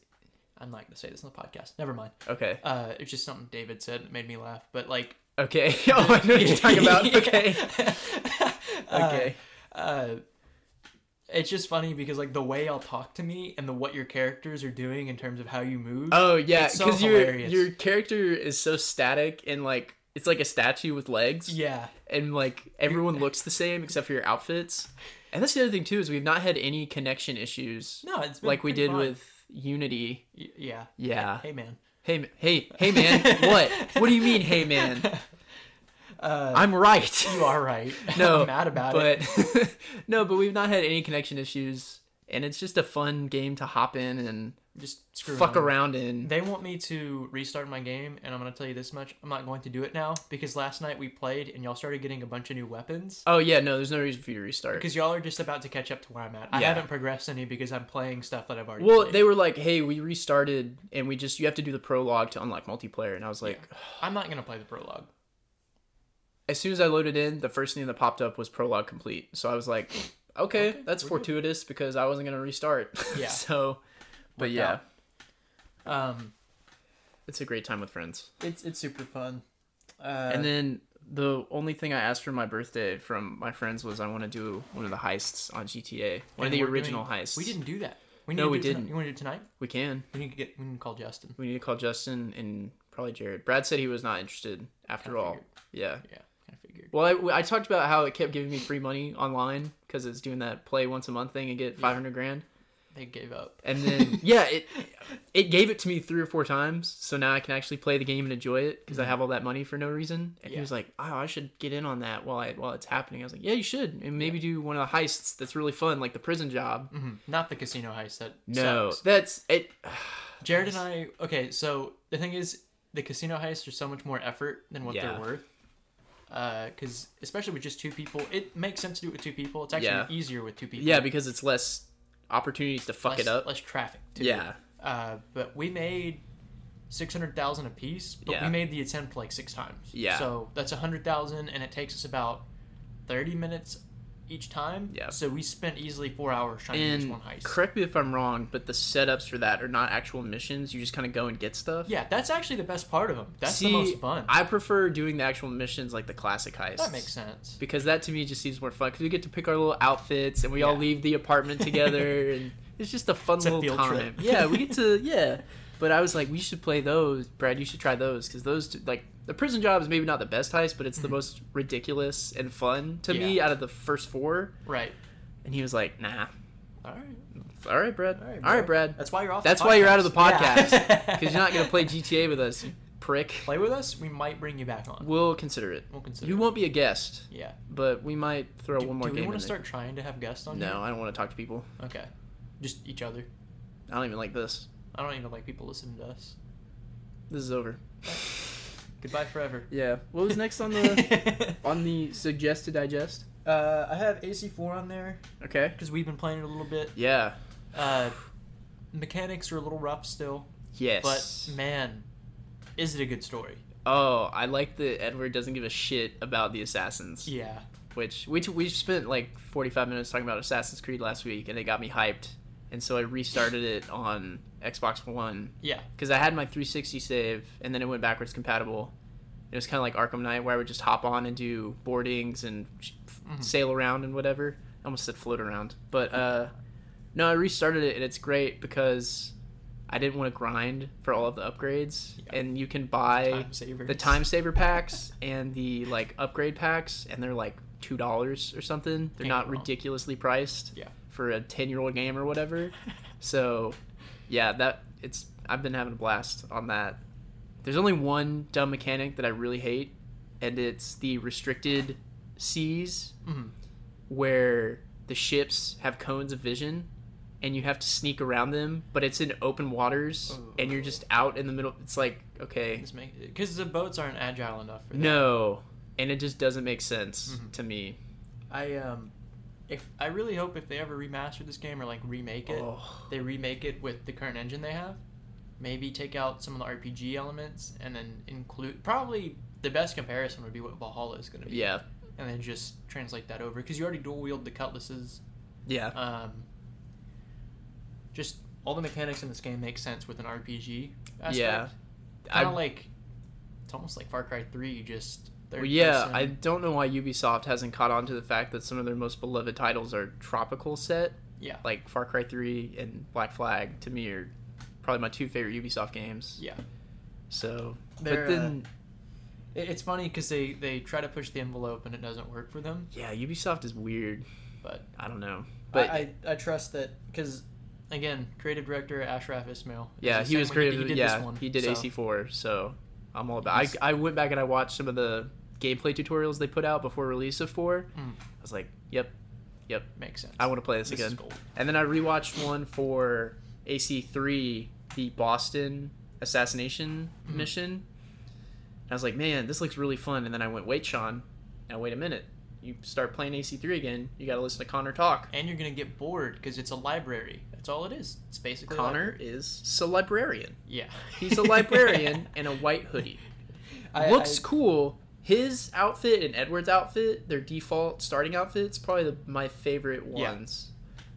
S1: I'm not going to say this on the podcast. Never mind.
S2: okay.
S1: Uh, it's just something David said that made me laugh. But like,
S2: Okay. oh, I know what you're talking about. Okay.
S1: Uh,
S2: Okay.
S1: uh, it's just funny because like the way I'll talk to me and the what your characters are doing in terms of how you move.
S2: oh yeah,
S1: it's so
S2: because your
S1: hilarious.
S2: your character is so static and like it's like a statue with legs.
S1: yeah.
S2: and like everyone looks the same except for your outfits. And that's the other thing too is we've not had any connection issues
S1: No, it's been
S2: like we
S1: pretty
S2: did
S1: fun.
S2: with Unity.
S1: Y- yeah.
S2: Yeah.
S1: Hey man.
S2: Hey, m- hey, hey, man! what? What do you mean, hey, man? I'm right.
S1: Uh, You are right.
S2: No,
S1: I'm mad about it.
S2: but no, but we've not had any connection issues, and it's just a fun game to hop in and
S1: Just screw
S2: fuck
S1: around.
S2: around in.
S1: They want me to restart my game, and I'm gonna tell you this much: I'm not going to do it now because last night we played, and y'all started getting a bunch of new weapons.
S2: Oh yeah, no, there's no reason for you to restart.
S1: Because y'all are just about to catch up to where I'm at. I
S2: Yeah.
S1: haven't progressed any because I'm playing stuff that I've already.
S2: well,
S1: played.
S2: they were like, "Hey, we restarted, and we just you have to do the prologue to unlock multiplayer," and I was like,
S1: I'm not gonna play the prologue.
S2: as soon as I loaded in, the first thing that popped up was prologue complete. So I was like, okay, that's fortuitous because I wasn't gonna restart.
S1: Yeah.
S2: so, but yeah,
S1: out. Um,
S2: it's a great time with friends.
S1: it's it's super fun. Uh,
S2: and then the only thing I asked for my birthday from my friends was I want to do one of the heists on GTA, one of
S1: and
S2: the
S1: we're
S2: original
S1: doing-
S2: heists.
S1: We didn't do that. We need
S2: No,
S1: to do
S2: we
S1: it tonight.
S2: didn't.
S1: You want to do it tonight?
S2: We can.
S1: We need to get. We need to call Justin.
S2: We need to call Justin and probably Jared. Brad said he was not interested after
S1: Kinda
S2: all.
S1: figured.
S2: Yeah.
S1: Yeah, kind of figured.
S2: Well, I, I talked about how it kept giving me free money online because it's doing that play once a month thing and get 500 grand.
S1: They gave up.
S2: And then yeah, it it gave it to me three or four times, so now I can actually play the game and enjoy it because I have all that money for no reason. And he
S1: Mm-hmm. Yeah.
S2: was like, "Oh, I should get in on that while I while it's happening." I was like, "Yeah, you should, and maybe do one of the heists that's really fun, like the prison job."
S1: Mhm. Not the casino heist. That
S2: No,
S1: sucks.
S2: that's it.
S1: Jared and I. Okay, so the thing is, the casino heists are so much more effort than what
S2: Yeah.
S1: they're worth. Because especially with just two people, it makes sense to do it with two people. It's actually
S2: Yeah.
S1: easier with two people.
S2: Yeah, because it's less opportunities to fuck
S1: less,
S2: it up.
S1: Less traffic. Too.
S2: yeah,
S1: Uh, but we made six hundred thousand apiece, but
S2: Yeah.
S1: we made the attempt like six times.
S2: Yeah.
S1: So that's a hundred thousand, and it takes us about thirty minutes each time.
S2: Yeah.
S1: So we spent easily four hours trying to do
S2: and
S1: this one heist.
S2: correct me if I'm wrong, but the setups for that are not actual missions. You just kind of go and get stuff.
S1: yeah, that's actually the best part of them. That's the most fun.
S2: I prefer doing the actual missions like the classic heists.
S1: that makes sense.
S2: because that to me just seems more fun because we get to pick our little outfits and we all
S1: Yeah.
S2: leave the apartment together and it's just a fun
S1: It's a
S2: little
S1: field
S2: time.
S1: trip.
S2: Yeah, we get to yeah. But I was like, we should play those, Brad. You should try those because those two, like the prison job is maybe not the best heist, but it's the most ridiculous and fun to me
S1: Mm-hmm. Yeah.
S2: out of the first four.
S1: Right.
S2: And he was like, nah.
S1: All right.
S2: All right, Brad. All right, Brad.
S1: That's why you're off.
S2: That's why you're out of the podcast
S1: Yeah.
S2: because you're not gonna play GTA with us, you prick.
S1: play with us. We might bring you back on.
S2: We'll consider it.
S1: We'll consider.
S2: You
S1: it.
S2: won't be a guest,
S1: Yeah.
S2: but we might throw
S1: Do,
S2: one more
S1: do we
S2: game.
S1: want
S2: in
S1: to
S2: there.
S1: start trying to have guests on?
S2: No, I don't want to talk to people.
S1: here? Okay. Just each other.
S2: I don't even like this.
S1: I don't even like people listening to us.
S2: This is over.
S1: Goodbye forever.
S2: Yeah. What was next on the on the suggest to digest?
S1: uh, I have AC4 on there
S2: Okay.
S1: because we've been playing it a little bit.
S2: Yeah.
S1: Uh, mechanics are a little rough still,
S2: Yes.
S1: but man, is it a good story?
S2: oh, I like that Edward doesn't give a shit about the assassins,
S1: Yeah.
S2: which we t- we spent like 45 minutes talking about Assassin's Creed last week, and it got me hyped, and so I restarted it on Xbox One
S1: Yeah.
S2: because I had my 360 save, and then it went backwards compatible. It was kind of like Arkham Knight, where I would just hop on and do boardings and sh-
S1: Mhm.
S2: sail around and whatever. I almost said float around, but uh, no, I restarted it, and it's great because I didn't want to grind for all of the upgrades,
S1: Yeah.
S2: and you can buy
S1: Time savers.
S2: the time saver packs and the like upgrade packs, and they're like two dollars or something. They're
S1: Can't
S2: not
S1: go wrong.
S2: ridiculously priced
S1: Yeah.
S2: for a ten year old game or whatever. So, yeah, that it's I've been having a blast on that. There's only one dumb mechanic that I really hate, and it's the restricted seas
S1: Mhm.
S2: where the ships have cones of vision and you have to sneak around them, but it's in open waters and you're just out in the middle. It's like, okay,
S1: Because the boats aren't agile enough for that.
S2: no. And it just doesn't make sense
S1: Mhm.
S2: to me.
S1: I um, if I really hope if they ever remaster this game or like remake it,
S2: Oh.
S1: they remake it with the current engine they have. Maybe take out some of the RPG elements and then include probably the best comparison would be what Valhalla is going to be,
S2: Yeah.
S1: and then just translate that over because you already dual wield the cutlasses.
S2: Yeah.
S1: Um, just all the mechanics in this game make sense with an RPG aspect.
S2: Yeah.
S1: kind
S2: I-
S1: of like it's almost like Far Cry Three, just third
S2: Well, yeah,
S1: person.
S2: I don't know why Ubisoft hasn't caught on to the fact that some of their most beloved titles are tropical set.
S1: Yeah.
S2: Like Far Cry 3 and Black Flag to me are probably my two favorite Ubisoft games.
S1: yeah.
S2: So,
S1: They're, uh,
S2: but then
S1: It- It's funny because they they try to push the envelope and it doesn't work for them.
S2: yeah, Ubisoft is weird.
S1: But
S2: I don't know. But
S1: I, I, I trust that because again, creative director Ashraf Ismail. is
S2: yeah,
S1: the
S2: he
S1: same
S2: was
S1: one.
S2: creative.
S1: He did
S2: yeah,
S1: this one,
S2: he did
S1: so-
S2: AC4, so I'm all about.
S1: He's-
S2: I I went back and I watched some of the gameplay tutorials they put out before release of 4.
S1: Mm.
S2: I was like, yep,
S1: Makes sense.
S2: I want to play this
S1: this is
S2: again.
S1: gold.
S2: And then I rewatched one for AC3, the Boston assassination
S1: Mhm.
S2: mission. And I was like, man, this looks really fun. And then I went, wait, Sean, now wait a minute. You start playing AC3 again, you got to listen to Connor talk.
S1: And you're gonna get bored because it's a library. That's all it is. It's basically a
S2: Connor
S1: library.
S2: is a librarian.
S1: Yeah,
S2: He's a librarian in a white hoodie.
S1: I-
S2: looks
S1: I-
S2: cool. His outfit and Edward's outfit, their default starting outfits, probably the, my favorite
S1: Yeah.
S2: ones.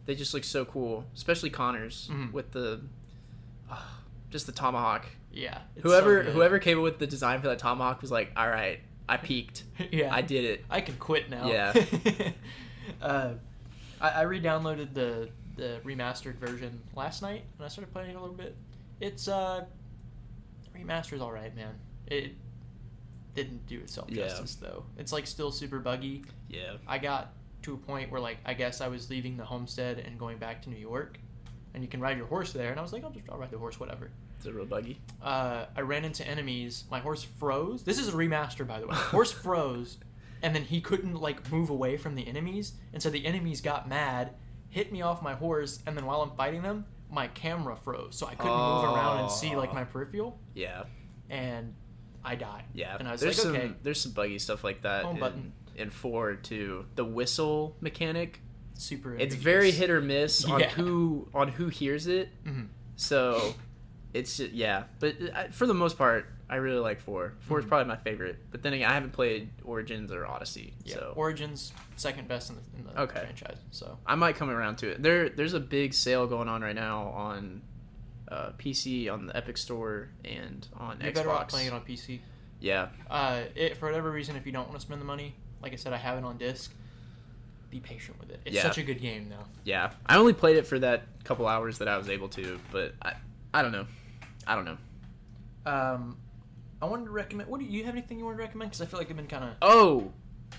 S2: They just look so cool, especially Connor's
S1: Mhm.
S2: with the ah, just the tomahawk.
S1: yeah. it's so
S2: whoever
S1: good.
S2: whoever came up with the design for that tomahawk was like, "All right, I peaked.
S1: yeah.
S2: I did it."
S1: I can quit now.
S2: Yeah.
S1: uh, I, I re-downloaded the the remastered version last night, and I started playing it a little bit. It's uh, remaster's all right, man. It didn't do itself
S3: Yeah.
S1: justice though. It's like still super buggy.
S3: Yeah.
S1: I got to a point where like I guess I was leaving the homestead and going back to New York, and you can ride your horse there. And I was like, I'll just I'll ride the horse, whatever.
S2: It's a real buggy.
S1: Uh, I ran into enemies. My horse froze. This is a remaster, by the way. Horse froze, and then he couldn't like move away from the enemies, and so the enemies got mad, hit me off my horse, and then while I'm fighting them, my camera froze, so I couldn't move around and see like
S3: Oh.
S1: my peripheral,
S3: Yeah.
S1: and I died.
S3: Yeah.
S1: And I was
S2: there's
S1: like,
S2: some
S1: okay,
S2: there's some buggy stuff like that
S1: Home
S2: in,
S1: button.
S2: in four too. The whistle mechanic.
S1: super.
S2: It's
S1: ambiguous.
S2: very hit or miss on
S1: Yeah.
S2: who on who hears it.
S1: Mhm.
S2: So it's just, yeah, but I, for the most part, I really like four. 4
S1: Mm-hmm.
S2: is probably my favorite. But then again, I haven't played Origins or Odyssey,
S1: Yeah.
S2: so
S1: Origins second best in the, in the
S2: Okay.
S1: franchise. So
S2: I might come around to it. There, there's a big sale going on right now on uh, PC on the Epic Store and on
S1: you're better off
S2: Xbox.
S1: playing it on PC.
S2: yeah,
S1: Uh, it, for whatever reason, if you don't want to spend the money, like I said, I have it on disc. Be patient with it. It's
S2: Yeah.
S1: such a good game, though.
S2: yeah. I only played it for that couple hours that I was able to, but I, I don't know. I don't know.
S1: Um, I wanted to recommend. What do you have? Anything you want to recommend? Because I feel like I've been kind of
S2: Oh,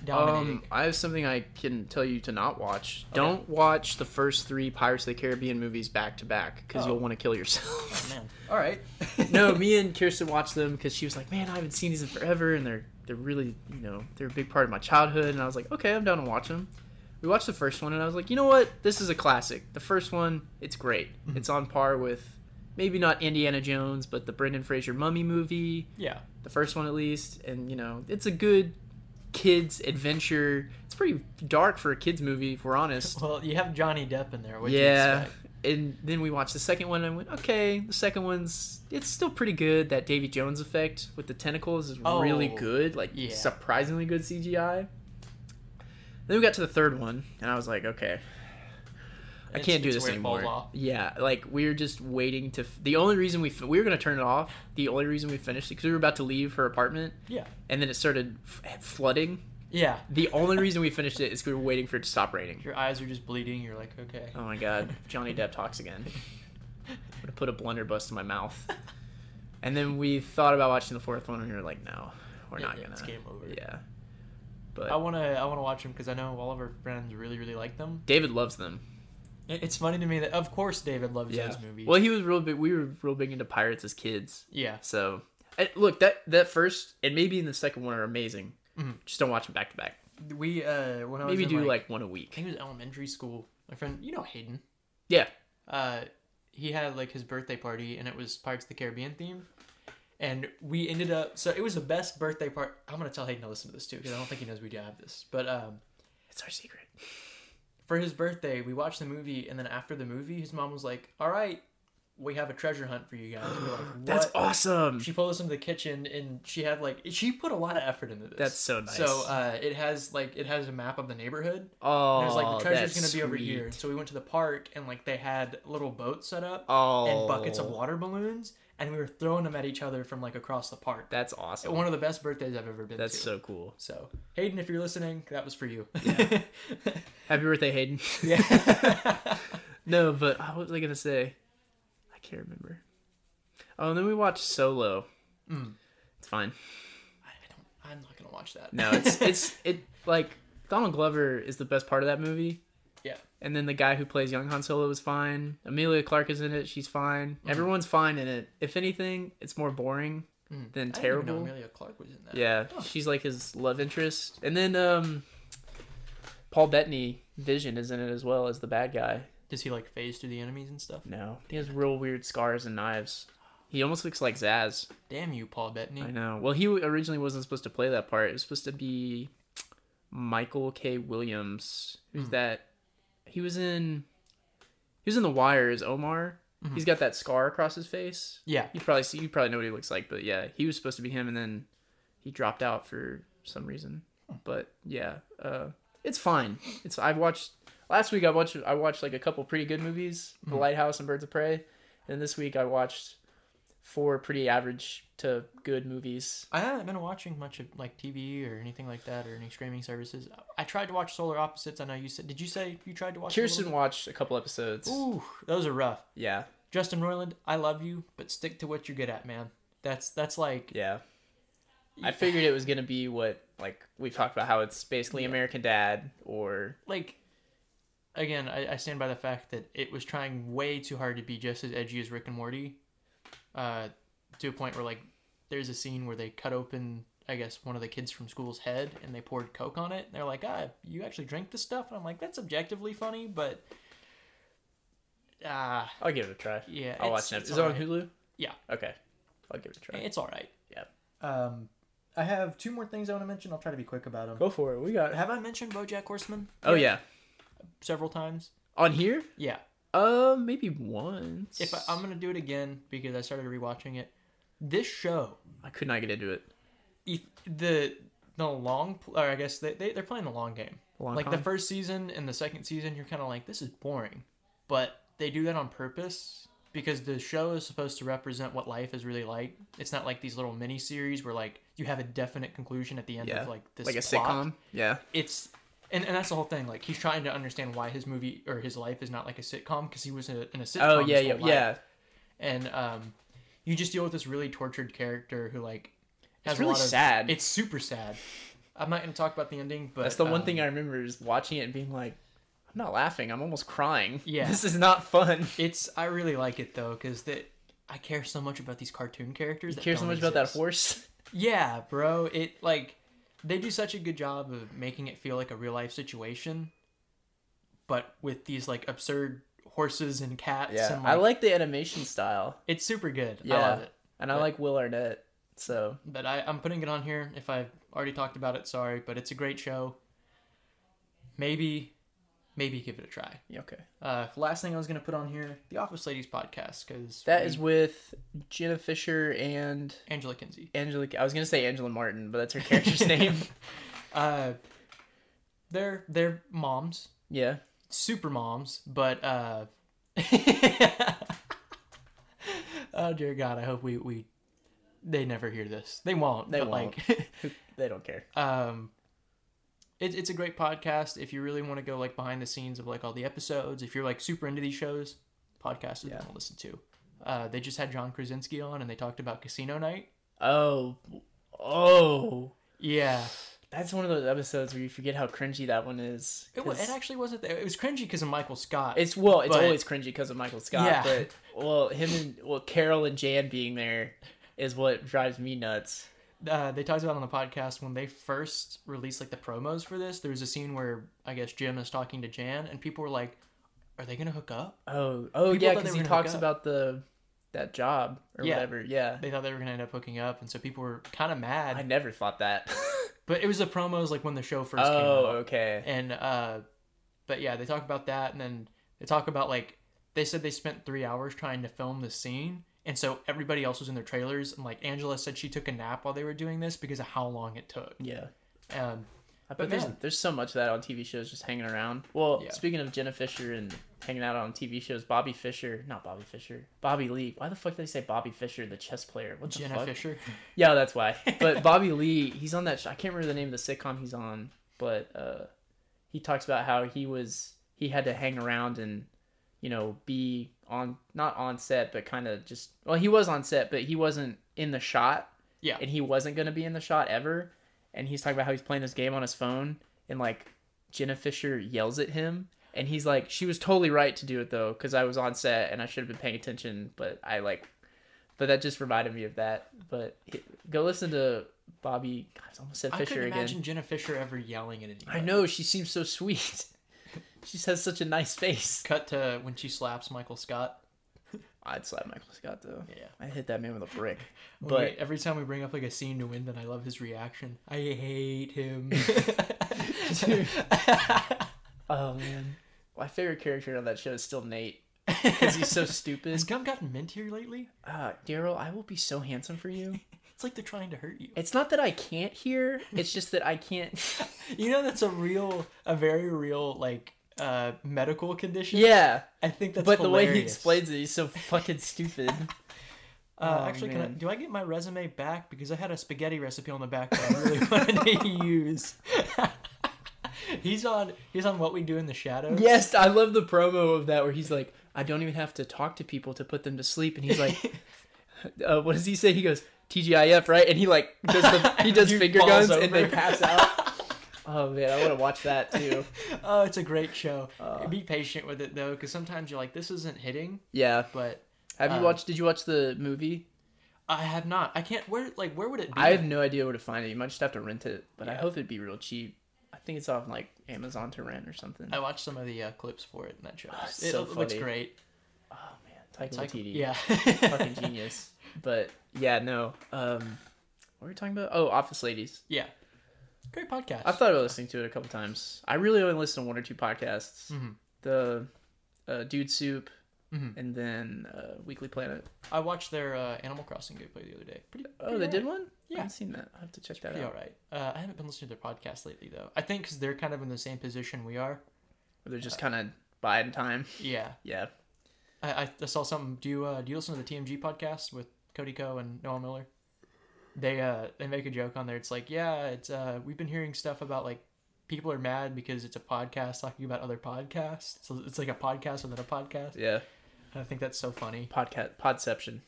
S1: dominating.
S2: um, I have something I can tell you to not watch. Don't watch the first three Pirates of the Caribbean movies back to back because
S1: Oh.
S2: you'll want to kill yourself.
S1: Oh, man,
S3: All right.
S2: no, me and Kirsten watched them because she was like, "Man, I haven't seen these in forever, and they're they're really you know they're a big part of my childhood." And I was like, "Okay, I'm down to watch them." We watched the first one, and I was like, "You know what? This is a classic. The first one, it's great. It's on par with maybe not Indiana Jones, but the Brendan Fraser Mummy movie,
S1: yeah,
S2: the first one at least. And you know, it's a good kids adventure. It's pretty dark for a kids movie, if we're honest."
S1: well, you have Johnny Depp in there. What do you
S2: yeah.
S1: expect?
S2: And then we watched the second one and I went, okay, the second one's it's still pretty good. That Davy Jones effect with the tentacles is
S1: Oh,
S2: really good, like
S1: yeah.
S2: surprisingly good CGI. Then we got to the third one and I was like, okay, I
S1: It's-
S2: can't do
S1: it's
S2: this
S1: where it falls
S2: anymore.
S1: off.
S2: Yeah, like we were just waiting to. F- the only reason we f- we were gonna turn it off. The only reason we finished it because we were about to leave her apartment
S1: Yeah,
S2: and then it started f- flooding.
S1: yeah.
S2: The only reason we finished it is 'cause we were waiting for it to stop raining.
S1: Your eyes are just bleeding. You're like, okay.
S2: Oh my god, Johnny Depp talks again. I'm gonna put a blunderbuss in my mouth. And then we thought about watching the fourth one, and we were like, no, we're
S1: Yeah,
S2: not
S1: yeah,
S2: gonna.
S1: it's game over.
S2: Yeah,
S1: I
S2: but
S1: wanna, I wanna watch them because I know all of our friends really, really like them.
S2: David loves them.
S1: It- It's funny to me that, of course, David loves
S2: Yeah.
S1: those movies.
S2: Well, he was real big. We were real big into pirates as kids.
S1: yeah,
S2: So eh, look, that that first and maybe in the second one are amazing.
S1: Mhm.
S2: Just don't watch them back to back.
S1: we uh, when I was
S2: Maybe
S1: in,
S2: do like,
S1: like
S2: one a
S1: I
S2: week.
S1: think it was elementary school. My friend, you know Hayden.
S2: Yeah.
S1: Uh, he had like his birthday party, and it was Pirates of the Caribbean themed. And we ended up so it was the best birthday part. I'm gonna tell Hayden to listen to this too because I don't think he knows we do have this. But um,
S2: It's our secret.
S1: for his birthday, we watched the movie, and then after the movie, his mom was like, "All right, we have a treasure hunt for you guys." And we're like, what?
S2: That's awesome.
S1: she pulled us into the kitchen and she had like she put a lot of effort into this.
S2: That's so nice.
S1: So uh, it has like it has a map of the neighborhood
S2: Oh,
S1: and it was like the treasure's gonna
S2: that's
S1: be over here.
S2: sweet.
S1: So we went to the park and like they had little boats set up
S2: Oh,
S1: and buckets of water balloons, and we were throwing them at each other from like across the park.
S2: That's awesome.
S1: One of the best birthdays I've ever been
S2: That's
S1: to.
S2: so cool.
S1: So, Hayden, if you're listening, that was for you.
S2: Happy birthday, Hayden.
S1: yeah.
S2: no, but oh, what was I gonna say? I can't remember. Oh, and then we watched Solo.
S1: Mm.
S2: It's fine.
S1: I don't. I'm not gonna watch that.
S2: No, it's it's it like Donald Glover is the best part of that movie.
S1: Yeah.
S2: And then the guy who plays young Han Solo is fine. Amelia Clark is in it. She's fine.
S1: Mm-hmm.
S2: Everyone's fine in it. If anything, it's more boring
S1: Mm.
S2: than
S1: I didn't even know
S2: terrible.
S1: Amelia Clark was in that.
S2: Yeah,
S1: Huh.
S2: she's like his love interest. And then um, Paul Bettany Vision is in it as well as the bad guy.
S1: Does he like phase through the enemies and stuff?
S2: No, he has real weird scars and knives. He almost looks like Zaz.
S1: Damn you, Paul Bettany.
S2: I know. Well, he originally wasn't supposed to play that part. It was supposed to be Michael K. Williams, who's that? He was in. He was in The Wire as Omar. He's got that scar across his face.
S1: Yeah.
S2: You probably see. You probably know what he looks like, but yeah, he was supposed to be him, and then he dropped out for some reason. But yeah, uh, it's fine. It's I've watched last week. I watched I watched like a couple pretty good movies, The Lighthouse and Birds of Prey, and this week I watched four pretty average to good movies.
S1: I haven't been watching much of like TV or anything like that or any streaming services. I tried to watch Solar Opposites. I know you said. Did you say you tried to watch? a
S2: Kirsten watched a couple episodes.
S1: little bit? Ooh, those are rough.
S2: Yeah,
S1: Justin Roiland, I love you, but stick to what you're good at, man. That's that's like
S2: Yeah. I figured it was gonna be what like we've talked about how it's basically American Dad or
S1: like again, I, I stand by the fact that it was trying way too hard to be just as edgy as Rick and Morty. Uh, to a point where like there's a scene where they cut open I guess one of the kids from school's head and they poured coke on it and they're like, ah, you actually drink this stuff? And I'm like, that's objectively funny, but ah,
S2: I'll give it a try.
S1: Yeah,
S2: I'll
S1: it's-
S2: watch it.
S1: it's
S2: Is it on
S1: alright.
S2: Hulu?
S1: Yeah.
S2: Okay. I'll give it a try.
S1: it's all right.
S2: Yeah.
S1: Um, I have two more things I want to mention. I'll try to be quick about them.
S2: Go for it. We got
S1: Have I mentioned BoJack Horseman
S2: Oh yeah.
S1: several times?
S2: On here?
S1: Yeah.
S2: Uh maybe once.
S1: If I, um, I'm gonna do it again because I started rewatching it, this show,
S2: I could not get into it.
S1: if the the long, pl- or I guess they, they they're playing the long game.
S2: Long
S1: like
S2: con?
S1: the first season and the second season, you're kind of like, this is boring, but they do that on purpose because the show is supposed to represent what life is really like. It's not like these little mini series where like you have a definite conclusion at the end
S2: yeah.
S1: of like this
S2: like a
S1: plot.
S2: sitcom. Yeah.
S1: it's and, and that's the whole thing like he's trying to understand why his movie or his life is not like a sitcom because he was in a, in a sitcom
S2: Oh yeah,
S1: his
S2: yeah,
S1: whole life.
S2: yeah.
S1: and um you just deal with this really tortured character who like has
S2: It's
S1: a
S2: really
S1: lot of,
S2: sad.
S1: it's super sad i'm not going to talk about the ending but
S2: That's the
S1: um,
S2: one thing I remember is watching it and being like, I'm not laughing. I'm almost crying.
S1: Yeah.
S2: This is not fun.
S1: it's i really like it though because that i care so much about these cartoon characters
S2: You care so much about that horse?
S1: yeah bro it like they do such a good job of making it feel like a real life situation but with these like absurd horses and cats and
S2: I like the animation style.
S1: It's super good.
S2: Yeah.
S1: I love it.
S2: And I like Will Arnett. So
S1: But I, I'm putting it on here. If I've already talked about it, sorry, but it's a great show. Maybe, maybe give it a try.
S2: yeah, okay.
S1: Uh, last thing I was gonna put on here, the Office Ladies podcast, because
S2: That is with Jenna Fisher and
S1: Angela Kinsey.
S2: Angela I was gonna say Angela Martin, but that's her character's name.
S1: Uh, they're they're moms,
S2: Yeah.
S1: super moms, but uh, oh dear God, I hope we we they never hear this. They won't.
S2: They
S1: but,
S2: won't.
S1: Like,
S2: They don't care.
S1: um it, it's a great podcast if you really want to go like behind the scenes of like all the episodes if you're like super into these shows podcast is
S2: Yeah.
S1: one to listen to uh, they just had john krasinski on and they talked about casino night
S2: Oh oh
S1: yeah
S2: that's one of those episodes where you forget how cringy that one is.
S1: it, wa-
S2: 'cause
S1: it actually wasn't there it was cringy because of michael scott
S2: it's well, it's
S1: but-
S2: always cringy because of Michael Scott,
S1: Yeah.
S2: but well him and well Carol and Jan being there is what drives me nuts.
S1: uh, they talked about on the podcast when they first released like the promos for this there was a scene where i guess jim is talking to jan and people were like are they gonna hook up
S2: Oh, oh
S1: People
S2: yeah,
S1: thought they
S2: because
S1: were
S2: he
S1: gonna hook
S2: talks
S1: up.
S2: about the that job or
S1: Yeah.
S2: whatever. Yeah,
S1: they thought they were gonna end up hooking up and so people were kind of mad
S2: I never thought that.
S1: but it was the promos like when the show first came out
S2: oh, okay.
S1: and uh but yeah they talk about that and then they talk about like they said they spent three hours trying to film the scene and so everybody else was in their trailers and like angela said she took a nap while they were doing this because of how long it took
S2: Yeah,
S1: um
S2: I
S1: But
S2: bet there's
S1: man.
S2: there's so much of that on TV shows just hanging around. Well,
S1: Yeah.
S2: speaking of Jenna Fisher and hanging out on TV shows, Bobby Fisher, not Bobby Fisher, Bobby Lee. Why the fuck did they say Bobby Fisher, the chess player? What the
S1: jenna
S2: fuck?
S1: fisher
S2: Yeah, that's why. But Bobby Lee, he's on that. Sh- I can't remember the name of the sitcom he's on, but uh, he talks about how he was he had to hang around and you know be on not on set, but kind of just well, he was on set, but he wasn't in the shot.
S1: Yeah.
S2: and he wasn't gonna be in the shot ever. And he's talking about how he's playing this game on his phone, and like Jenna Fisher yells at him. And he's like, she was totally right to do it though, because I was on set and I should have been paying attention, but I like but that just reminded me of that. But he- go listen to Bobby. God, I almost said
S1: i
S2: Fisher
S1: couldn't
S2: again.
S1: imagine jenna fisher ever yelling at anybody
S2: I know she seems so sweet. she just has such a nice face.
S1: cut to when she slaps michael scott
S2: I'd slap Michael Scott though.
S1: Yeah.
S2: I hit that man with a brick.
S1: but
S2: But
S1: every time we bring up like a scene to Wyndon, I love his reaction. I hate him.
S2: oh man, my favorite character on that show is still Nate because he's so stupid.
S1: Has gum gotten mint here lately?
S2: Ah, Daryl, I will be so handsome for you.
S1: It's like they're trying to hurt you.
S2: It's not that I can't hear. It's just that I can't.
S1: You know that's a real, a very real like uh medical condition.
S2: Yeah,
S1: I think that's.
S2: but the way he
S1: hilarious.
S2: explains it, he's so fucking stupid.
S1: Uh,
S2: Oh,
S1: actually, can I,
S2: man.
S1: do I get my resume back because I had a spaghetti recipe on the back that I really wanted to use. he's on. He's on what we do in the shadows.
S2: Yes, I love the promo of that where he's like, I don't even have to talk to people to put them to sleep, and he's like, uh, what does he say? He goes TGIF, right? And he like does the, he does
S1: Dude
S2: finger
S1: falls
S2: guns and they
S1: over.
S2: pass out. oh man, I want to watch that too.
S1: oh, it's a great show.
S2: Uh.
S1: Be patient with it though, because sometimes you're like, this isn't hitting,
S2: Yeah.
S1: but
S2: Have you
S1: Um,
S2: watched? Did you watch the movie?
S1: I have not. I can't. Where like where would it be?
S2: I have no idea where to find it. You might just have to rent it, but I
S1: Yeah.
S2: hope it'd be real cheap. I think it's off like Amazon to rent or something.
S1: I watched some of the uh, clips for it, and that show.
S2: Ah, it's
S1: it
S2: so
S1: looks
S2: funny.
S1: great.
S2: Oh man, Taika
S1: It's like,
S2: Waititi.
S1: yeah,
S2: fucking genius. But yeah, no. Um, what were we talking about? Oh, Office Ladies.
S1: yeah, great podcast.
S2: I've thought about listening to it a couple times. I really only listen to one or two podcasts.
S1: Mhm.
S2: The uh, Dude Soup,
S1: Mhm.
S2: and then uh, Weekly Planet.
S1: I watched their uh, Animal Crossing gameplay the other day. Pretty,
S2: Oh, they did one.
S1: Yeah.
S2: I haven't seen that. I will have to check that
S1: pretty
S2: out.
S1: all right. Uh, I haven't been listening to their podcast lately though. I think because they're kind of in the same position we are.
S2: They're just kind of buying time.
S1: Yeah,
S2: Yeah.
S1: I, I- I saw something. Do you uh, do you listen to the TMG podcast with Cody Co and Noah Miller? They uh they make a joke on there. It's like yeah, it's uh we've been hearing stuff about like people are mad because it's a podcast talking about other podcasts. So it's like a podcast within a podcast.
S2: Yeah.
S1: And I think that's so funny.
S2: Podcast Podception.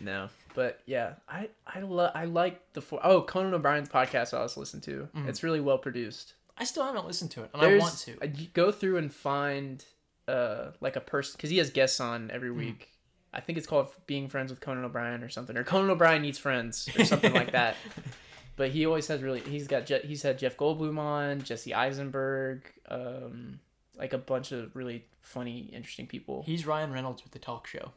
S2: No, but yeah, I I love I like the four oh Conan O'Brien's podcast. I also listen to.
S1: Mm-hmm.
S2: It's really well produced.
S1: I still haven't listened to it, and I
S2: There's-
S1: want to.
S2: I you go through and find uh like a person because he has guests on every
S1: Hmm.
S2: week. I think it's called Being Friends with Conan O'Brien or something, or Conan O'Brien Needs Friends or something like that. But he always has really he's got Je- he's had Jeff Goldblum on, Jesse Eisenberg, um, like a bunch of really funny, interesting people.
S1: He's Ryan Reynolds with the talk show.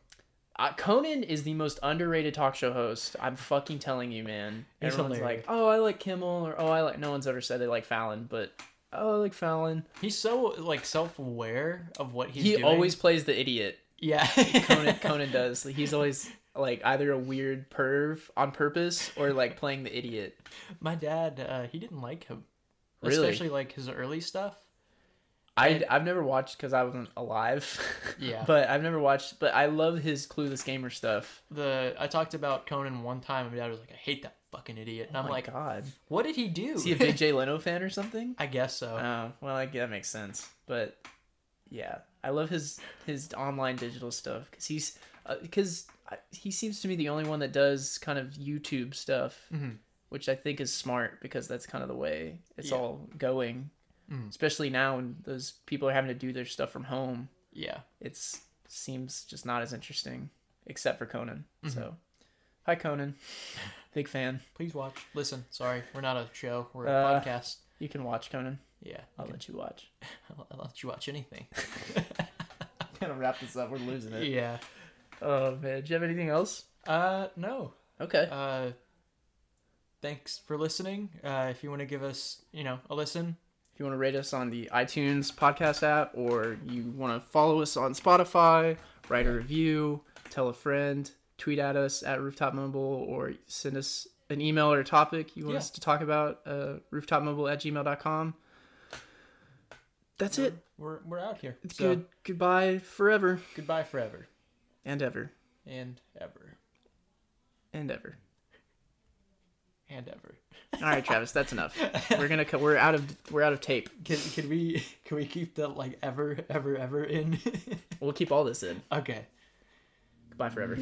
S2: Uh, Conan is the most underrated talk show host. I'm fucking telling you, man.
S1: He's
S2: Everyone's
S1: hilarious.
S2: like, oh, I like Kimmel, or oh, I like. No one's ever said they like Fallon, but oh, I like Fallon.
S1: He's so like self-aware of what he's
S2: he
S1: doing.
S2: always plays the idiot.
S1: yeah.
S2: Conan, Conan does. He's always like either a weird perv on purpose or like playing the idiot.
S1: My dad, uh, he didn't like him,
S2: Really?
S1: especially like his early stuff.
S2: I I've never watched because I wasn't alive.
S1: Yeah.
S2: but I've never watched. But I love his clueless gamer stuff.
S1: The I talked about Conan one time, and my dad was like, "I hate that fucking idiot," and I'm
S2: Oh my
S1: like,
S2: God,
S1: "What did he do?"
S2: is he a big Jay Leno fan or something?
S1: I guess so.
S2: Oh, well, I, that makes sense. But yeah, I love his his online digital stuff because he's because he seems to me the only one that does kind of YouTube stuff,
S1: Mhm.
S2: which I think is smart because that's kind of the way it's
S1: Yeah.
S2: all going.
S1: Mm.
S2: Especially now when those people are having to do their stuff from home,
S1: yeah,
S2: it's seems just not as interesting, except for Conan. So, hi Conan, big fan.
S1: please watch, listen. Sorry, we're not a show, we're a
S2: Uh,
S1: podcast.
S2: You can watch Conan.
S1: Yeah,
S2: I'll let you watch.
S1: I'll, I'll let you watch anything.
S2: Gotta wrap this up. We're losing
S1: yeah.
S2: Oh man, do you have anything else?
S1: Uh, no.
S2: Okay.
S1: Uh, thanks for listening. Uh, if you want to give us, you know, a listen,
S2: If you want to rate us on the iTunes podcast app or you want to follow us on Spotify, write a review, tell a friend, tweet at us at Rooftop Mobile, or send us an email or a topic you want
S1: Yeah.
S2: us to talk about, uh, rooftopmobile at gmail.com. That's it.
S1: we're we're out here.
S2: It's
S1: So,
S2: good. Goodbye forever
S1: Goodbye forever
S2: and ever
S1: and ever
S2: and ever.
S1: and ever.
S2: All right, Travis, that's enough. We're gonna co- we're out of we're out of tape.
S1: Can can we can we keep the like ever ever ever in?
S2: We'll keep all this in.
S1: okay.
S2: Goodbye forever.